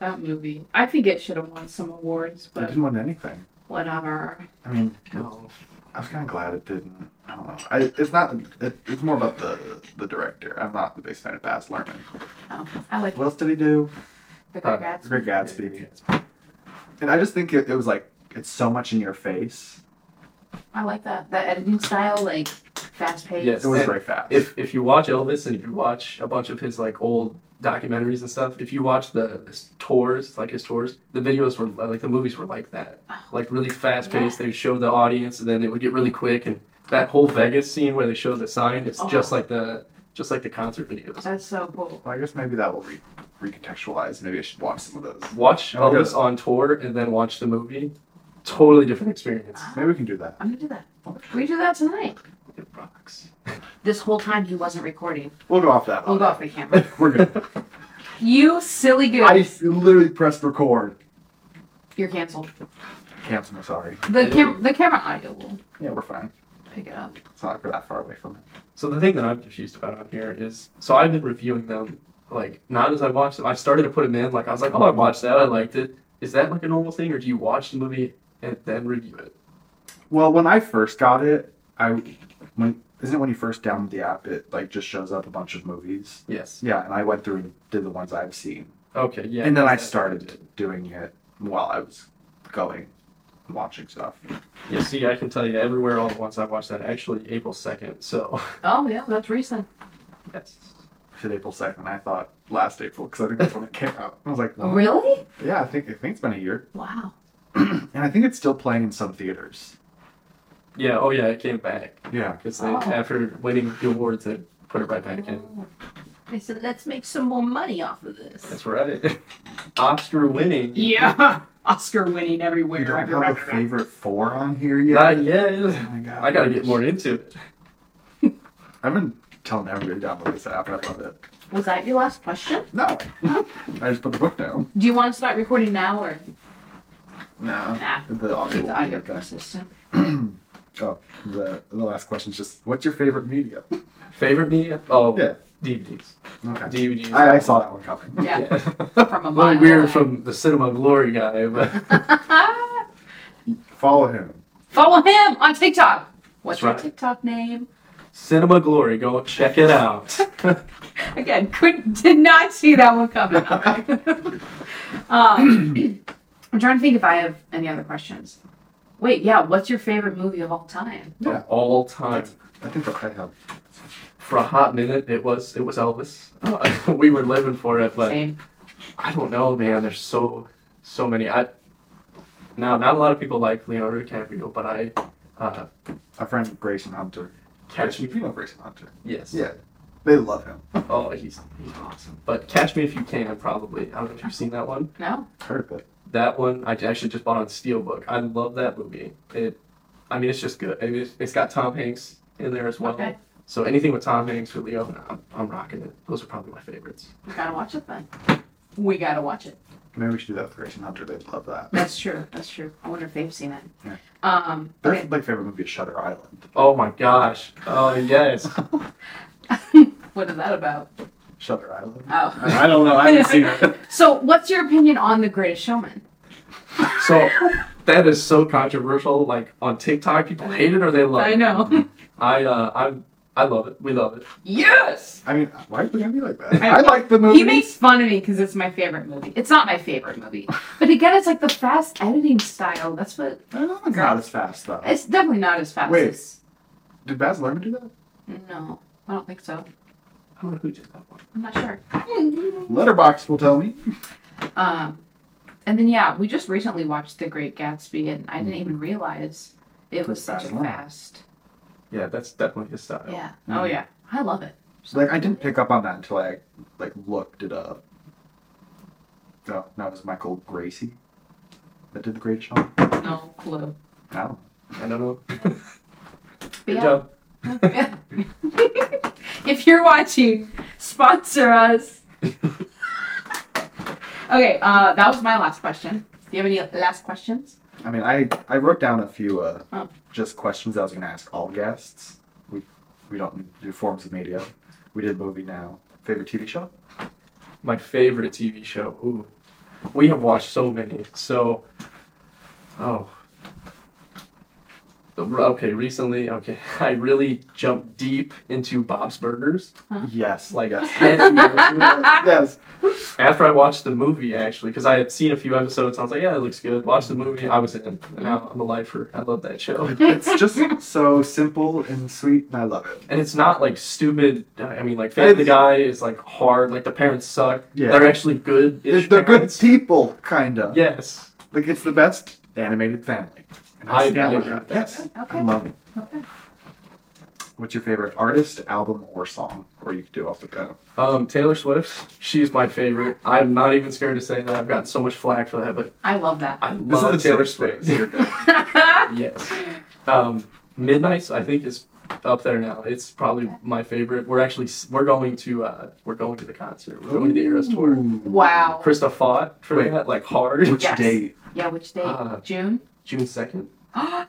S3: That movie. I think it should have won some awards,
S2: I
S3: but
S2: didn't win anything.
S3: whatever.
S2: I mean,
S4: No.
S2: I was kind of glad it didn't. I don't know. I, it's not. It, it's more about the the director. I'm not the biggest fan of Baz Luhrmann.
S3: Oh, I like
S2: What else did he do?
S3: The Great
S4: Uh,
S2: The
S3: Gatsby.
S2: Great Gatsby. And I just think it, it was like it's so much in your face.
S3: I like that. That editing style, like fast paced.
S4: Yes.
S2: It was
S4: And
S2: very fast.
S4: If if you watch Elvis and if you watch a bunch of his like old documentaries and stuff, if you watch the his tours, like his tours, the videos were like the movies were like that, like really fast paced. They show the audience, and then it would get really quick. And that whole Vegas scene where they show the sign, it's just like the just like the concert videos.
S3: That's so cool.
S2: well, I guess maybe that will re- recontextualize. Maybe I should watch some of those.
S4: Watch
S2: Oh,
S4: Elvis
S2: good.
S4: on tour and then watch the movie. Totally different experience.
S2: Maybe we can do that.
S3: I'm gonna do that. We do that tonight.
S4: Ah, It rocks.
S3: This whole time he wasn't recording.
S2: We'll go off that.
S3: We'll go off the camera.
S2: We're good.
S3: You silly goose.
S2: I literally pressed record.
S3: You're canceled.
S2: Cancel. I'm sorry.
S3: The cam- the camera audio will
S2: Yeah, we're fine.
S3: pick it up.
S2: It's not that far away from it.
S4: So the thing that I'm confused about on here is, so I've been reviewing them, like not as I watched them. I started to put them in, like I was like, oh, I watched that, I liked it. Is that like a normal thing, or do you watch the movie and then review it?
S2: Well, when I first got it, I when isn't it when you first download the app, it like just shows up a bunch of movies.
S4: Yes.
S2: Yeah, and I went through and did the ones I've seen,
S4: Okay. Yeah.
S2: and then I
S4: that's-
S2: started doing it while I was going and watching stuff.
S4: Yeah. See, I can tell you everywhere all at once. I watched that actually April second. So
S3: Oh yeah, that's recent.
S4: that's
S2: It April second, I thought last April because I think that's when it came out. I was like, well,
S3: Oh, Really?
S2: yeah, I think I think it's been a year,
S3: Wow.
S2: and I think it's still playing in some theaters.
S4: Yeah. Oh yeah, it came back
S2: Yeah.
S4: because they
S3: Oh.
S2: Ah.
S4: after winning the awards, they put it right back in.
S3: I said, let's make some more money off of this.
S4: That's right. Oscar winning.
S3: Yeah, Oscar winning everywhere.
S2: You don't
S3: Right,
S2: have
S3: right,
S2: a
S3: right, right.
S2: favorite four on here yet?
S4: Not yet.
S2: Oh my god.
S4: I gotta get more into it.
S2: I've been telling everybody to download this app, and I love it.
S3: Was that your last question?
S2: No. I just put the book down.
S3: Do you want to start recording now or
S2: No.
S3: nah?
S2: The audio.
S3: It's
S2: will
S3: audio
S2: be okay.
S3: consistent.
S2: Oh, the, the last question is just what's your favorite media?
S4: Favorite media? Oh,
S2: Yeah.
S4: DVDs.
S2: Okay.
S4: DVDs.
S2: I, I saw that one coming.
S3: Yeah, from a
S4: a little
S3: mile
S4: weird
S3: away.
S4: from the cinema glory guy, but
S2: Follow him.
S3: Follow him on TikTok. What's
S4: That's
S3: your
S4: right.
S3: TikTok name?
S4: cinema glory, go check it out.
S3: Again, couldn't did not see that one coming. Alright. um, I'm trying to think if I have any other questions. Wait, yeah. What's your favorite movie of all time?
S2: Yeah.
S4: All time.
S2: I think that I have.
S4: For a hot minute, it was it was Elvis. Uh, we were living for it, but
S3: Same.
S4: I don't know, man. There's so so many. I now not a lot of people like Leonardo DiCaprio, but I uh,
S2: A friend, Grayson Hunter.
S4: catch me.
S2: You know Grayson Hunter.
S4: Yes.
S2: Yeah. They love him.
S4: Oh, he's he's awesome. But Catch Me If You Can, probably. I don't know if you've seen that one.
S3: No.
S2: Heard of it.
S4: That one I actually just bought on Steelbook. I love that movie. It, I mean, it's just good. I mean, it's, it's got Tom Hanks in there as well.
S3: Okay.
S4: So anything with Tom Hanks or Leo, I'm, I'm rocking it. Those are probably my favorites.
S3: We gotta watch it then. We gotta watch it.
S2: Maybe we should do that with Grayson Hunter. They'd love that.
S3: That's true. That's true. I wonder if they've seen it.
S2: Yeah.
S3: Um,
S2: Their
S3: okay.
S2: like favorite movie is Shutter Island.
S4: Oh my gosh. Oh yes.
S3: what is that about?
S2: Shutter Island.
S3: Oh.
S2: I don't know. I haven't seen it.
S3: So, what's your opinion on The Greatest Showman?
S4: so that is so controversial. Like on TikTok, people hate it or they love it.
S3: know.
S4: I uh, I'm I love it. We love it.
S3: yes.
S2: I mean, why would they be like that?
S3: I-
S2: I like the movie.
S3: He makes fun of me because it's my favorite movie. It's not my favorite movie, but again, it's like the fast editing style. That's what.
S2: I don't know if it's not as fast though.
S3: It's definitely not as fast.
S2: Wait.
S3: as...
S2: Did Baz Luhrmann do that?
S3: No, I don't think so.
S4: I don't know who did that one.
S3: I'm not sure.
S2: Letterbox will tell me.
S3: Um, and then yeah, we just recently watched The Great Gatsby, and I didn't even realize it was such a
S2: Fast one.
S3: fast.
S4: Yeah, that's definitely his style.
S3: Yeah. Oh
S2: Mhm.
S3: yeah, I love it.
S2: Like I didn't pick up on that until I like looked it up. No, no, it was Michael Gracie that did the great show.
S3: No clue.
S2: No.
S4: I don't know.
S3: But
S4: Good
S3: yeah.
S4: job.
S3: if you're watching, sponsor us. Okay, uh, that was my last question. Do you have any last questions?
S2: I mean, I I wrote down a few uh
S3: Oh.
S2: just questions I was gonna ask all guests. We we don't do forms of media. We did movie now. Favorite TV show?
S4: my favorite TV show. Ooh, we have watched so many. So, oh, The- okay. Recently, okay, I really jumped deep into Bob's Burgers.
S3: Hmm?
S2: Yes.
S4: Like
S2: yes.
S4: heavy into it.
S2: yes.
S4: after I watched the movie actually, because I had seen a few episodes, I was like, yeah, it looks good. Watch the movie. I was in. And now I'm a lifer. I love that show.
S2: It's just so simple and sweet, and I love it.
S4: And it's not like stupid. I mean, like Family
S2: It's-
S4: Guy is like hard. Like the parents suck.
S2: Yeah.
S4: They're actually good.
S2: They're good people, kinda.
S4: Yes.
S2: Like it's the best animated family. And
S4: I
S2: stand
S4: agree
S2: by
S4: with
S2: that. Yes.
S3: that.
S2: I
S3: Okay.
S2: love it.
S3: Okay.
S2: What's your favorite artist, album, or song? Or you could do off the go.
S4: Um, Taylor Swift, she's my favorite. I'm not even scared to say that. I've gotten so much flack for that, but
S3: I love that.
S4: I love Taylor Swift. yes. Um, Midnight's I think is up there now. It's probably my favorite. We're actually we're going to uh, we're going to the concert. We're going to the Eras tour.
S3: wow.
S4: Krista fought for
S2: Wait.
S4: that like hard.
S2: Which
S3: Yes.
S2: date?
S3: Yeah, which day?
S4: Uh,
S3: June?
S4: June second.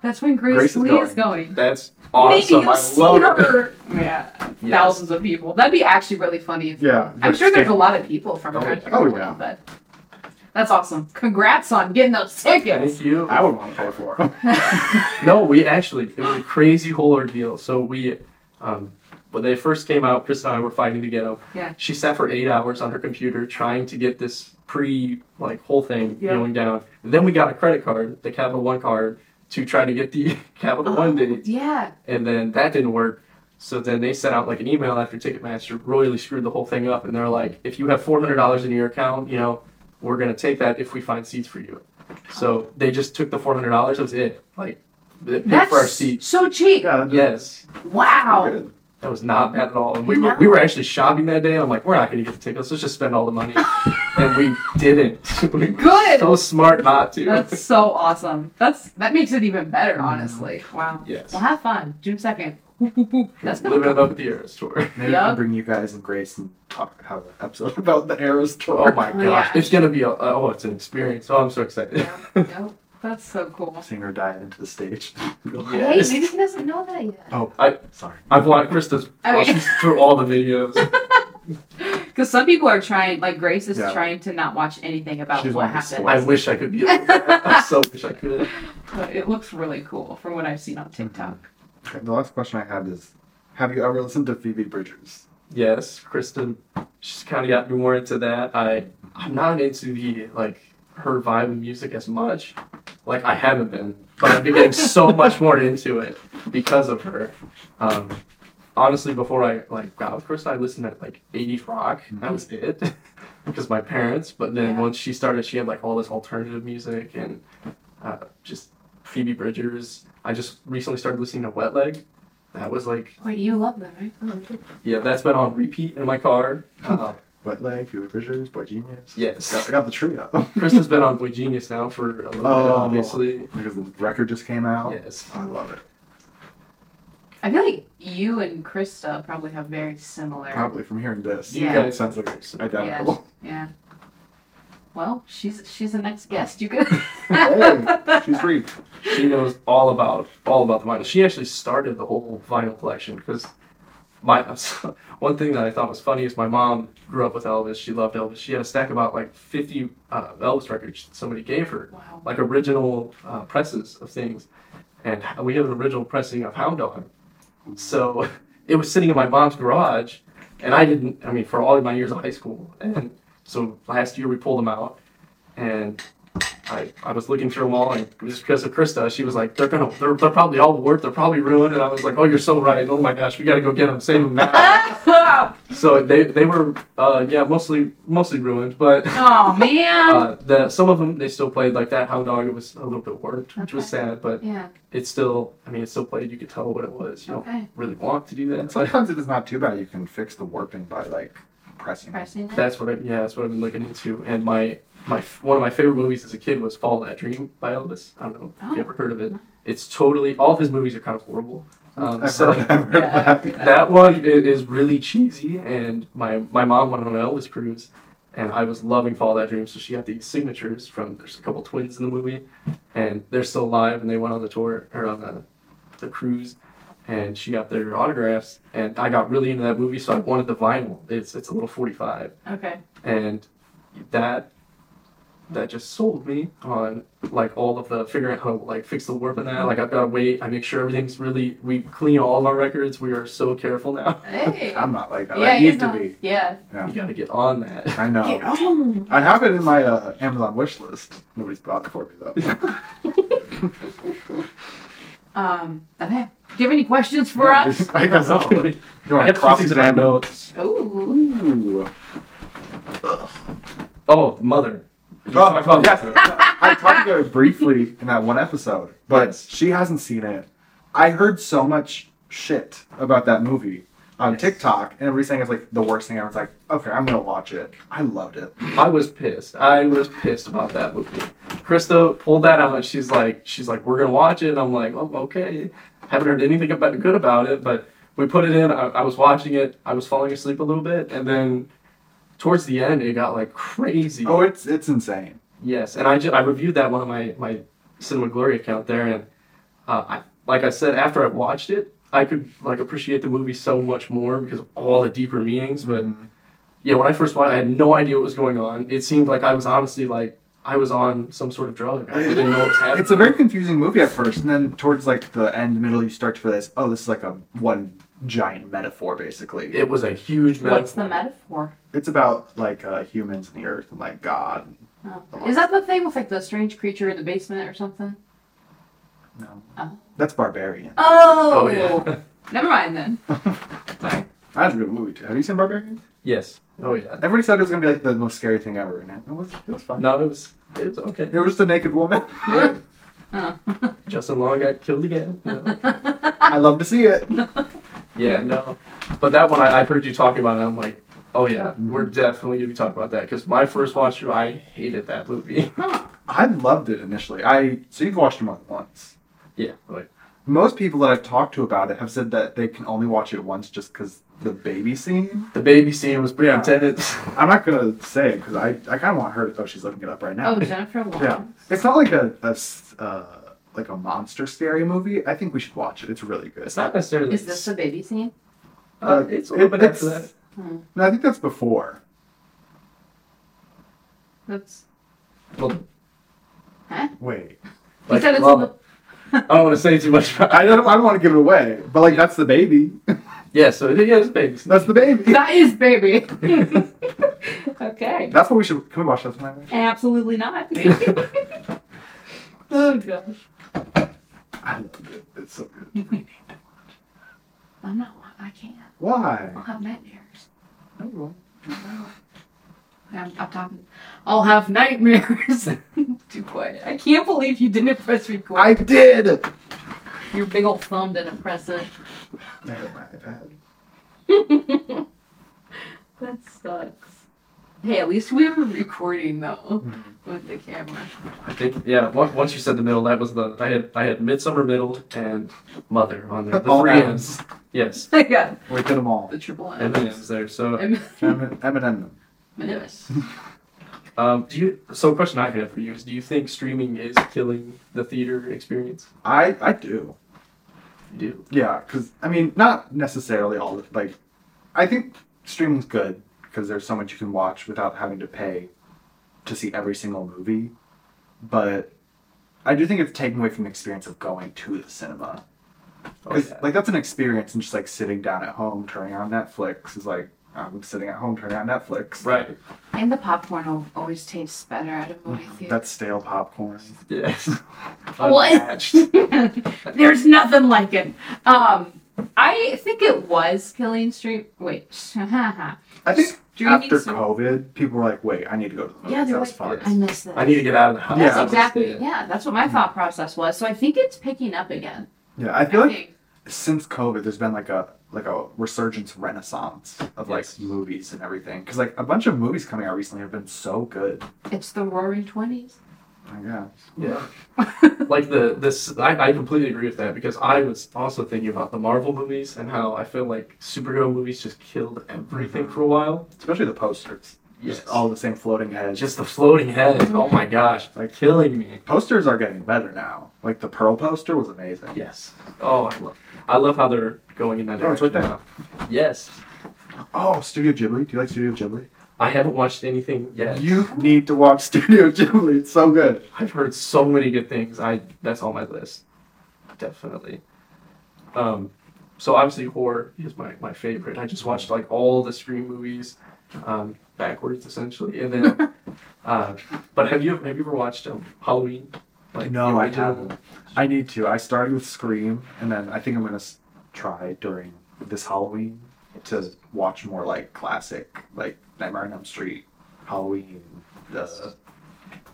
S3: That's when Grace,
S2: Grace is
S3: Lee
S2: going.
S3: is going.
S4: That's awesome.
S3: Maybe you'll
S4: I
S3: see
S4: love it.
S3: her. Yeah,
S4: Yes.
S3: thousands of people. That'd be actually really funny. If,
S2: Yeah.
S3: I'm sure there's a lot of people from
S4: Oh,
S3: around
S4: yeah.
S3: here.
S2: Oh, yeah.
S3: But that's awesome. Congrats on getting those tickets.
S4: Thank you.
S2: I would want to pay for them.
S4: No, we actually it was a crazy whole ordeal. So we, um, when they first came out, Chris and I were fighting to get them.
S3: Yeah.
S4: She sat for eight hours on her computer trying to get this pre like whole thing
S3: Yeah.
S4: going down. And then we got a credit card, the Capital One card, to try to get the Capital One
S3: Oh.
S4: date,
S3: yeah.
S4: and then that didn't work. So then they sent out like an email after Ticketmaster royally screwed the whole thing up, and they're like, if you have four hundred dollars in your account, you know, we're gonna take that if we find seats for you. So they just took the four hundred dollars. That was it. Like that paid
S3: That's
S4: for our seats.
S3: so cheap.
S2: Yeah, that does-
S4: Yes,
S3: Wow.
S2: Good.
S4: that was not bad at all. And we were, we were actually shopping that day, and I'm like, we're not going to get the tickets. Let's just spend all the money. and we didn't. we were
S3: Good.
S4: So smart not to.
S3: That's so awesome. That's that makes it even better,
S4: Mm-hmm.
S3: honestly. Wow.
S4: Yes.
S3: Well, have fun. June second. Whoop, whoop, whoop. That's gonna
S4: Living it up with the Eras tour.
S2: Maybe we
S3: Yeah.
S2: can bring you guys and Grace and talk have an episode about the Eras tour.
S4: Oh my
S3: Oh,
S4: gosh,
S3: yeah.
S4: it's gonna be a oh, it's an experience. Oh, I'm so excited.
S3: Yeah. Nope. That's so cool.
S2: Seeing her dive into the stage.
S4: Yes.
S3: Hey, maybe he doesn't know that yet.
S2: Oh,
S4: I-
S2: sorry.
S4: I've watched Krista's
S3: Okay.
S4: watched through all the videos.
S3: Because some people are trying, like Grace is
S2: Yeah.
S3: trying to not watch anything about
S2: She's
S3: what
S2: one of the
S3: happened.
S4: I wish I could be. Like that. I so wish I could.
S3: But it looks really cool from what I've seen on
S2: Mm-hmm.
S3: TikTok.
S2: Okay, the last question I had is, have you ever listened to Phoebe Bridgers?
S4: Yes, Kristen, she's kind of got me more into that. I I'm not into the like her vibe of music as much. Like I haven't been, but I'm getting so much more into it because of her. Um, honestly, before I like got with Kristen, I listened to like 80s rock. That was it. because my parents. But then
S3: Yeah.
S4: once she started, she had like all this alternative music and uh, just Phoebe Bridgers. I just recently started listening to Wet Leg. That was like
S3: Wait, you love them, right? Oh,
S4: yeah, that's been on repeat in my car. Uh,
S2: Wet Leg, Phoebe Bridgers, Boy Genius.
S4: yes.
S2: I got the trio
S4: Chris has been on Boy Genius now for a little bit,
S2: Oh.
S4: obviously.
S2: because the record just came out.
S4: Yes.
S2: I love it.
S3: I feel like you and Krista probably have very similar.
S2: Probably from hearing this.
S3: Yeah.
S2: It sounds like it's identical.
S3: Yeah. Well, she's she's the next guest. You could.
S2: Hey, she's free.
S4: She knows all about all about the vinyl. She actually started the whole vinyl collection because my one thing that I thought was funny is my mom grew up with Elvis. She loved Elvis. She had a stack about like 50 uh, Elvis records somebody gave her.
S3: wow.
S4: like original uh, presses of things, and we have an original pressing of Hound Dog. So it was sitting in my mom's garage, and I didn't. I mean, for all of my years of high school, and so last year we pulled them out, and I I was looking through them all, and just because of Krista, she was like, "They're gonna, they're, they're probably all warped, they're probably ruined," and I was like, "Oh, you're so right. Oh my gosh, we gotta go get them, save them now."
S3: oh
S4: so they they were uh, yeah mostly mostly ruined, but
S3: Oh, man.
S4: uh, the some of them they still played like that. Hound Dog it was a little bit warped, which was
S3: Okay.
S4: sad, but
S3: yeah.
S4: it's still. I mean, it still played. You could tell what it was. You
S3: Okay.
S4: don't really want to do
S2: And
S4: that. but
S2: sometimes it is not too bad. You can fix the warping by like pressing. it.
S3: Pressing it.
S4: that's what I yeah that's what I've been looking into. And my my one of my favorite movies as a kid was Fall of That Dream by Elvis. I don't know if
S3: Oh.
S4: you ever heard of it. It's totally all of his movies are kind of horrible. Um,
S2: I've
S4: so
S2: heard, I've heard
S3: Yeah,
S2: that.
S4: that one i- is really cheesy. And my my mom went on an Elvis cruise. And I was loving Fall of That Dream, so she got these signatures from there's a couple twins in the movie, and they're still alive and they went on the tour or on the, the cruise and she got their autographs and I got really into that movie so I wanted the vinyl. It's it's a little 45
S3: Okay.
S4: and that that just sold me on like all of the figuring out how to like fix the warp and that. Like I've got to wait. I make sure everything's really we clean all of our records. We are so careful now.
S3: Hey.
S2: I'm not like that.
S3: yeah,
S2: I
S3: he's
S2: need to
S3: not-
S2: be. Oh.
S3: Yeah.
S2: Yeah.
S4: You got to get on that.
S2: I know.
S3: Get on.
S2: I have it in my uh, Amazon wish list. Nobody's bought it for me though.
S3: Um. Okay. Do you have any questions for us?
S2: I guess I'll.
S4: I
S2: You want
S4: have
S2: to
S4: to
S2: crop
S4: see
S2: it
S4: that I know.
S3: Ooh.
S2: Ooh.
S4: Oh, mother. You
S2: Oh,
S4: talked about
S2: yes.
S4: mother.
S2: I talked about it briefly in that one episode, but
S4: Yes.
S2: she hasn't seen it. I heard so much shit about that movie on
S4: Yes.
S2: TikTok, and everybody's saying it's like the worst thing ever. It's like, okay, I'm gonna watch it. I loved it.
S4: I was pissed. I was pissed about that movie. Krista pulled that out and she's like, she's like, we're gonna watch it. And I'm like, oh, okay. Haven't heard anything about good about it, but we put it in. I, I was watching it. I was falling asleep a little bit, and then towards the end, it got like crazy.
S2: Oh, it's it's insane.
S4: Yes, and I ju- I reviewed that one on my my Cinema Glory account there, and uh, I, like I said, after I watched it, I could like appreciate the movie so much more because of all the deeper meanings. But yeah, when I first watched, it, I had no idea what was going on. It seemed like I was honestly like I was on some sort of drug. I didn't know what was happening.
S2: It's a very confusing movie at first, and then towards like the end, middle, you start to realize, oh, this is like a one giant metaphor, basically.
S4: it was a huge mess.
S3: What's the metaphor?
S2: It's about like uh, humans and the earth and like God.
S3: Oh. Is that the thing with like the strange creature in the basement or something?
S2: No,
S3: Oh.
S2: that's barbarian.
S3: Oh.
S4: Oh yeah.
S3: Never mind then.
S2: That's a good movie too. Have you seen Barbarian?
S4: yes. Oh yeah.
S2: Everybody said it was gonna be like the most scary thing ever, and it was it was fun.
S4: No, it was it was okay.
S2: It was just a naked woman.
S4: Yeah.
S3: Oh.
S4: Justin Long got killed again. you know?
S2: I love to see it.
S4: Yeah, no. But that one, I, I've heard you talk about it. I'm like, oh yeah, we're definitely gonna be talking about that because my first watch through, I hated that movie.
S2: I loved it initially. I so you've watched it more than once.
S4: yeah, like
S2: Most people that I've talked to about it have said that they can only watch it once just because the baby scene.
S4: the baby scene was pretty
S2: Yeah.
S4: intense.
S2: I'm not gonna say because I, I kind of want her to. Oh, she's looking it up right now.
S3: oh, Jennifer Lawrence.
S2: Yeah, it's not like a, a s- uh, like a monster scary movie. I think we should watch it. It's really good.
S4: It's not necessarily.
S3: Is this the baby scene?
S4: Uh, it's a little
S2: it-
S4: bit after that.
S2: it's-
S3: Hmm.
S2: No, I think that's before.
S3: That's.
S4: Well,
S3: Huh?
S2: Wait,
S3: You
S4: like,
S3: said it's
S4: well,
S3: the-
S4: I don't want to say too much about.
S2: I don't. I don't want to give it away. But like, that's the baby.
S4: Yeah, so it is baby. scene.
S2: That's the baby.
S3: that is baby. okay.
S2: That's what we should. Can we watch that tonight?
S3: Absolutely not. oh gosh.
S2: I love it. It's so good.
S3: I'm not. I can't.
S2: Why?
S3: I'll have nightmares.
S2: Everyone.
S3: I'm, I'm talking. I'll have nightmares. Too quiet. I can't believe you didn't press record.
S2: I did.
S3: Your big old thumb didn't press it.
S2: I hit my iPad.
S3: that sucks. Hey, at least we were recording though with the camera.
S4: I think yeah. on- Once you said the middle, that was the I had I had midsummer middle and mother on there. The
S2: All
S4: three
S2: M's.
S4: M's. Yes,
S3: I got
S2: We did them all.
S3: the triple
S4: and
S3: M.
S4: the M's there. So
S3: M-
S2: M and M.
S3: Yes.
S4: Um, do you? So, a question I have for you is: Do you think streaming is killing the theater experience?
S2: I I do.
S4: You do.
S2: Yeah, because I mean, not necessarily all. the- Like, I think streaming's good because there's so much you can watch without having to pay to see every single movie. But I do think it's taken away from the experience of going to the cinema.
S4: Oh,
S2: 'Cause,
S4: yeah.
S2: Like that's an experience, and just like sitting down at home, turning on Netflix is like I'm sitting at home, turning on Netflix.
S4: Right.
S3: And the popcorn al- always tastes better at a movie theater.
S2: That's stale popcorn.
S4: Yes. Unmatched.
S3: What? There's nothing like it. Um, I think it was killing stream. Wait, I
S2: I think
S3: Streaming
S2: after
S3: ser-
S2: COVID, people were like, "Wait, I need to go to the movies."
S3: Yeah,
S2: that
S3: they're
S2: was fun.
S3: like, I miss this.
S4: I need to get out of the house.
S3: That's
S2: Yeah.
S3: exactly. Yeah, that's what my thought process was. So I think it's picking up again.
S2: Yeah, I feel
S3: I
S2: like
S3: think.
S2: since COVID, there's been like a like a resurgence renaissance of
S4: Yes.
S2: like movies and everything. Because like a bunch of movies coming out recently have been so good.
S3: It's the Roaring Twenties.
S2: Like, yeah,
S4: Oh, Yeah. Like the this, I, I completely agree with that because I was also thinking about the Marvel movies and how I feel like superhero movies just killed everything for a while.
S2: especially the posters.
S4: Yes.
S2: Just all the same floating heads.
S4: Just the floating head.
S2: Mm-hmm.
S4: Oh my gosh, they're killing me.
S2: posters are getting better now. Like the Pearl poster was amazing.
S4: Yes. Oh, I love, I love how they're going in that
S2: Oh, it's
S4: direction.
S2: right there.
S4: now. Yes.
S2: Oh, Studio Ghibli. Do you like Studio Ghibli?
S4: I haven't watched anything yet.
S2: You need to watch Studio Ghibli. It's so good.
S4: I've heard so many good things. I that's on my list, definitely. Um, so obviously horror is my, my favorite. I just watched like all the Scream movies, um, backwards essentially, and then. uh, but have you have you ever watched um, Halloween?
S2: No,
S4: the
S2: I
S4: original?
S2: haven't. I need to. I started with Scream, and then I think I'm gonna s- try during this Halloween to watch more like classic, like Nightmare on Elm Street, Halloween, the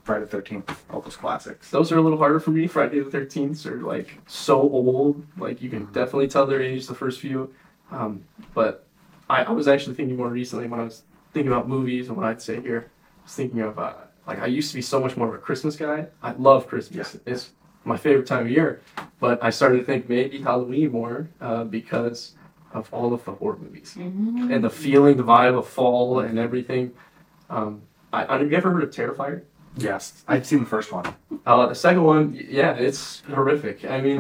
S2: Friday the Thirteenth, all those classics.
S4: Those are a little harder for me. Friday the Thirteenth are like so old. Like you can definitely tell their age the first few. Um, but I, I was actually thinking more recently when I was thinking about movies and when I'd sit here. I was thinking of uh, like I used to be so much more of a Christmas guy. I love Christmas. It's my favorite time of year. But I started to think maybe Halloween more uh, because of all of the horror movies and the feeling, the vibe of fall and everything. Um, I, I- have you ever heard of Terrifier?
S2: Yes, I've seen the first one.
S4: Uh, the second one, y- yeah, it's horrific. I mean,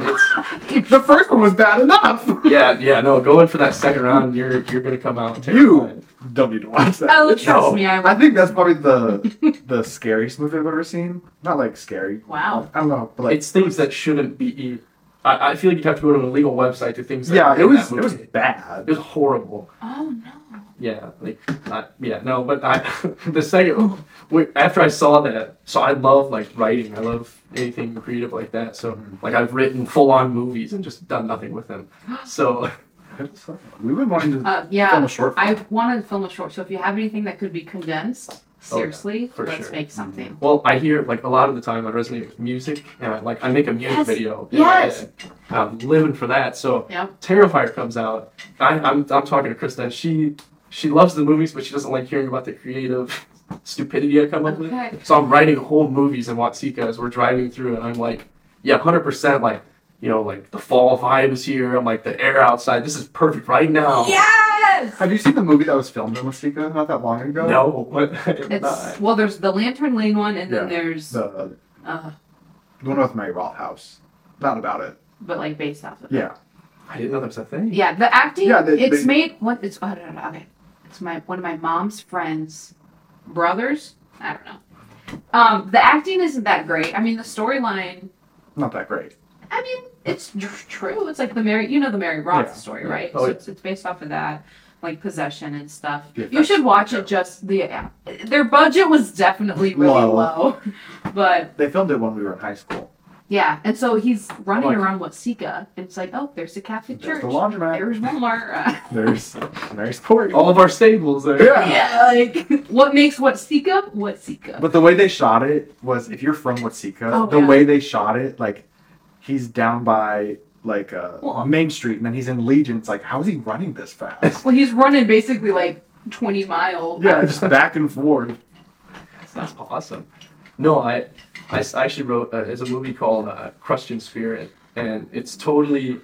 S4: it's
S2: The first one was bad enough.
S4: yeah, yeah. No, going for that second round, you're you're gonna come out
S2: You
S4: terrified.
S2: don't need to watch that.
S3: Oh, trust
S4: No.
S3: me, I
S2: I
S3: will.
S2: think that's probably the the scariest movie I've ever seen. Not like scary.
S3: Wow.
S2: I don't know, but like
S4: It's things that shouldn't be. e, I, I feel like you'd have to go to an illegal website to things. That
S2: yeah,
S4: were
S2: it
S4: in
S2: was
S4: that
S2: it was
S4: movie.
S2: bad.
S4: e. It was horrible.
S3: Oh no.
S4: Yeah, like I, yeah, no, but I the second wait, after I saw that, so I love like writing. I love anything creative like that. So
S2: Mm-hmm.
S4: like I've written full on movies and just done nothing with them. So
S2: We've been wanting to
S3: Uh,
S2: film
S3: yeah.
S2: a short.
S3: I wanted to film a short, so if you have anything that could be condensed,
S2: Oh,
S3: seriously,
S4: for
S3: let's
S4: sure.
S3: make something.
S4: Well, I hear like a lot of the time I resonate with music, and I, like I make a music
S3: Yes.
S4: video.
S3: Yes.
S4: and I'm living for that. So
S3: Yep.
S4: Terrifier comes out. I, I'm I'm talking to Krista. and She she loves the movies, but she doesn't like hearing about the creative stupidity I come up with.
S3: Okay.
S4: So I'm writing whole movies in Watsika as we're driving through, and I'm like, yeah, hundred percent, like you know, like the fall vibe is here. I'm like the air outside. This is perfect right
S2: Oh.
S4: now.
S3: Yes.
S2: Have you seen the movie that was filmed in Wasika not that long ago?
S4: No, but I'm not.
S3: It's well, there's the Lantern Lane one, and then
S2: Yeah.
S3: there's
S2: The,
S3: uh,
S2: the one with Mary Rothhouse. Not about it.
S3: but like based off of. it.
S2: Yeah.
S4: I didn't know that was a thing.
S3: Yeah, the acting.
S2: Yeah, they-
S3: it's
S2: they-
S3: made what it's oh, no, no, okay. It's my one of my mom's friends, brothers. I don't know. Um, the acting isn't that great. I mean, the storyline.
S2: Not that great.
S3: I mean, it's tr- true. It's like the Mary, you know, the Mary Roth
S2: Yeah.
S3: story, right?
S4: Oh,
S3: so
S4: yeah.
S3: it's, it's based off of that, like possession and stuff.
S2: The
S3: you should watch
S2: effects were
S3: it. Just the yeah. their budget was definitely really
S2: Low.
S3: low, but
S2: They filmed it when we were in high school.
S3: yeah. And so he's running
S4: Like-
S3: around Watsika, and it's like, oh, there's a Catholic
S2: There's
S3: church.
S2: the laundromat.
S3: There's Walmart.
S2: There's Mary's Court.
S4: All of our stables there.
S2: Yeah.
S3: yeah, like what makes Watsika Watsika?
S2: But the way they shot it was, if you're from Watsika,
S3: Oh,
S2: the
S3: yeah.
S2: way they shot it, like he's down by like uh,
S3: Well-
S2: Main Street, and then he's in Legion. It's like, how is he running this fast?
S3: Well, he's running basically like 20 mile.
S2: yeah, just back and forth.
S4: That's awesome. No, I, I s- I actually wrote uh, it's a movie called uh, Christian Spirit, and it's totally,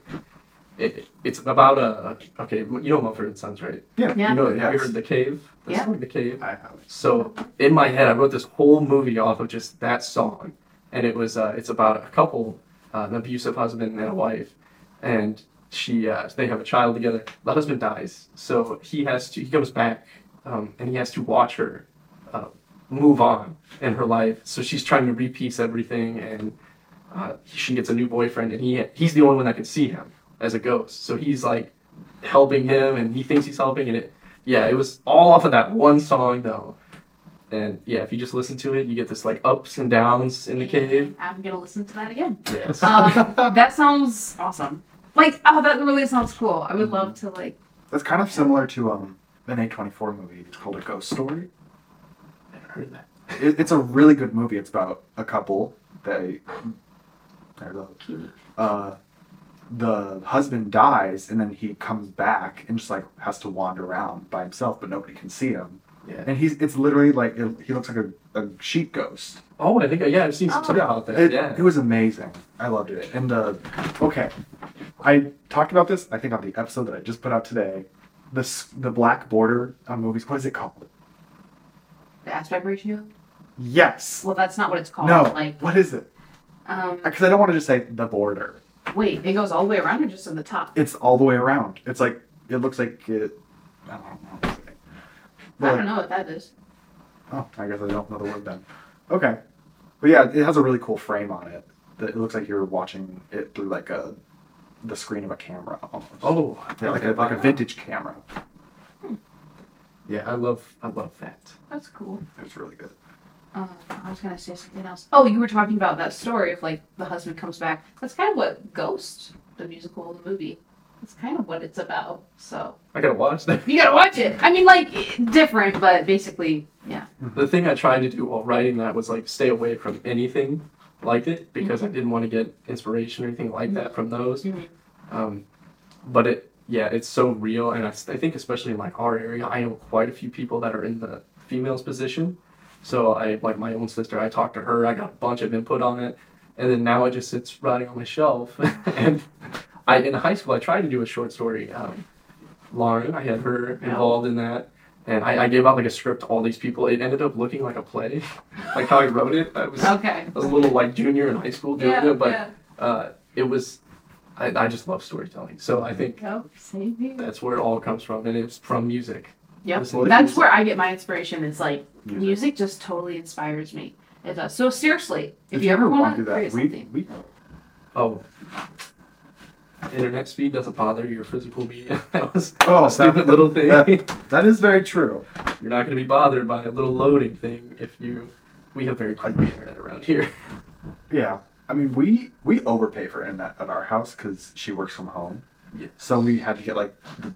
S4: it, it's about a okay, you know Mumford and Sons, right?
S2: Yeah,
S3: Yeah.
S4: You know, have you
S2: Yes.
S4: heard the cave? The
S3: Yeah.
S4: song The cave.
S2: I have it.
S4: So in my head, I wrote this whole movie off of just that song, and it was uh, it's about a couple, uh, an abusive husband and a wife, and she uh, they have a child together. The husband dies, so he has to he comes back, um, and he has to watch her uh, move on in her life. So she's trying to repiece everything, and uh, she gets a new boyfriend, and he he's the only one that can see him as a ghost. So he's like helping him, and he thinks he's helping, and it yeah, it was all off of that one song though. And yeah, if you just listen to it, you get this like ups and downs in the cave.
S3: I'm gonna listen to that again.
S4: Yes.
S3: Um, that sounds awesome. Like, oh, that really sounds cool. I would love to like.
S2: That's kind of similar to um, an A24 movie called A Ghost Story.
S4: Never heard that.
S2: It, it's a really good movie. It's about a couple. They, I love, uh, the husband dies, and then he comes back and just like has to wander around by himself, but nobody can see him.
S4: Yeah.
S2: And he's it's literally like it, he looks like a, a sheep ghost.
S4: Oh, I think yeah, I've seen some
S3: Oh.
S4: stuff about that.
S2: It,
S4: yeah.
S2: it was amazing. I loved it. And uh, okay, I talked about this I think on the episode that I just put out today. The s- the black border on movies. What is it called?
S3: The aspect ratio.
S2: Yes.
S3: Well, that's not what it's called.
S2: No.
S3: Like,
S2: What is it?
S3: um,
S2: Because I don't want to just say the border.
S3: wait, it goes all the way around or just in the top?
S2: It's all the way around. It's like it looks like it. I don't know. what to say. But,
S3: I don't know what that is.
S2: Oh, I guess I don't know the word then. Okay. But yeah, it has a really cool frame on it. That it looks like you're watching it through like a the screen of a camera almost.
S4: oh,
S2: Yeah, like a
S4: okay.
S2: like a vintage camera.
S4: Yeah, I love I love that.
S3: That's cool.
S2: It was really good.
S3: Uh, I was gonna say something else. Oh, you were talking about that story of like the husband comes back. That's kind of what Ghost, the musical, the movie. That's kind of what it's about. So.
S4: I gotta watch that.
S3: You gotta watch it. I mean, like different, but basically, yeah.
S4: The thing I tried to do while writing that was like stay away from anything like it because I didn't want to get inspiration or anything like that from those. Um, but it, yeah, it's so real, and I, s- I think especially in like our area, I know quite a few people that are in the females position. So I like my own sister. I talked to her. I got a bunch of input on it, and then now it just sits rotting on my shelf. and I in high school I tried to do a short story. Um, Lauren, I had her involved in that. And I, I gave out like a script to all these people. It ended up looking like a play, like how I wrote it. I was, I
S3: Okay.
S4: was a little like junior in high school doing
S3: Yeah,
S4: it, but
S3: yeah.
S4: uh, it was I, I just love storytelling so i think
S3: Go, save me.
S4: that's where it all comes from and it's from music
S3: Yep.
S4: Listen to
S3: That's
S4: music.
S3: where I get my inspiration. It's like
S2: Music.
S3: music, just totally inspires me. It does. So seriously, if,
S2: If
S3: you ever
S2: wanna
S3: want
S2: do
S3: to
S2: that,
S3: create
S2: we,
S3: something,
S2: we
S4: oh internet speed doesn't bother your physical media that was
S2: Oh,
S4: a stupid
S2: that-
S4: little thing
S2: that- that is very true.
S4: you're not going to be bothered by a little loading thing if you we have very quick internet around here
S2: Yeah. I mean we we overpay for internet at our house because she works from home.
S4: Yes.
S2: So we had to get like the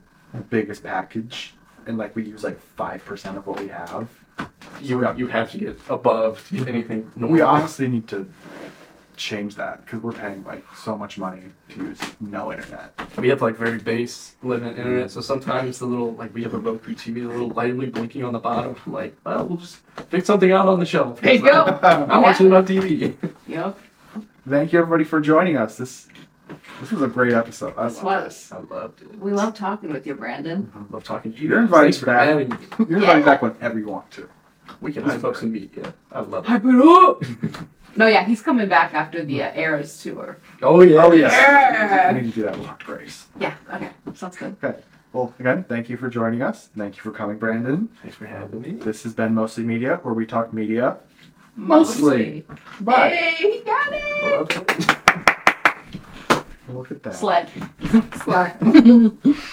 S2: biggest package and like we use like five percent of what we have.
S4: you you have to get above to get anything. Normal.
S2: We honestly need to change that because we're paying like so much money to use no internet.
S4: we have like very base limit internet, so sometimes the little like we have a Roku TV, the little lightly blinking on the bottom. I'm like, well, we'll just pick something out on the shelf.
S3: There you go.
S4: I want to on TV.
S3: Yep.
S2: Thank you everybody for joining us. This this was a great episode. I
S3: This
S2: love
S3: was.
S4: I loved it.
S3: We love talking with you, Brandon.
S4: Love talking to you.
S2: You're
S4: guys.
S2: invited
S4: Thanks for
S2: back.
S4: having me.
S2: You're invited back whenever you want to.
S4: We can hype up some meat. Yeah, I love it.
S3: Hype it up. No, yeah, he's coming back after the uh, Eras tour.
S4: Oh yeah.
S2: Oh yes.
S3: Yeah.
S2: I need to do that with Lord Grace.
S3: Yeah. Okay. Sounds good.
S2: Well, again, thank you for joining us. Thank you for coming, Brandon.
S4: Thanks for having me.
S2: This has been Mostly Media, where we talk media. Mostly. Bye.
S3: Hey, he got it.
S4: Love it.
S2: Look at that.
S3: Sled. Sled.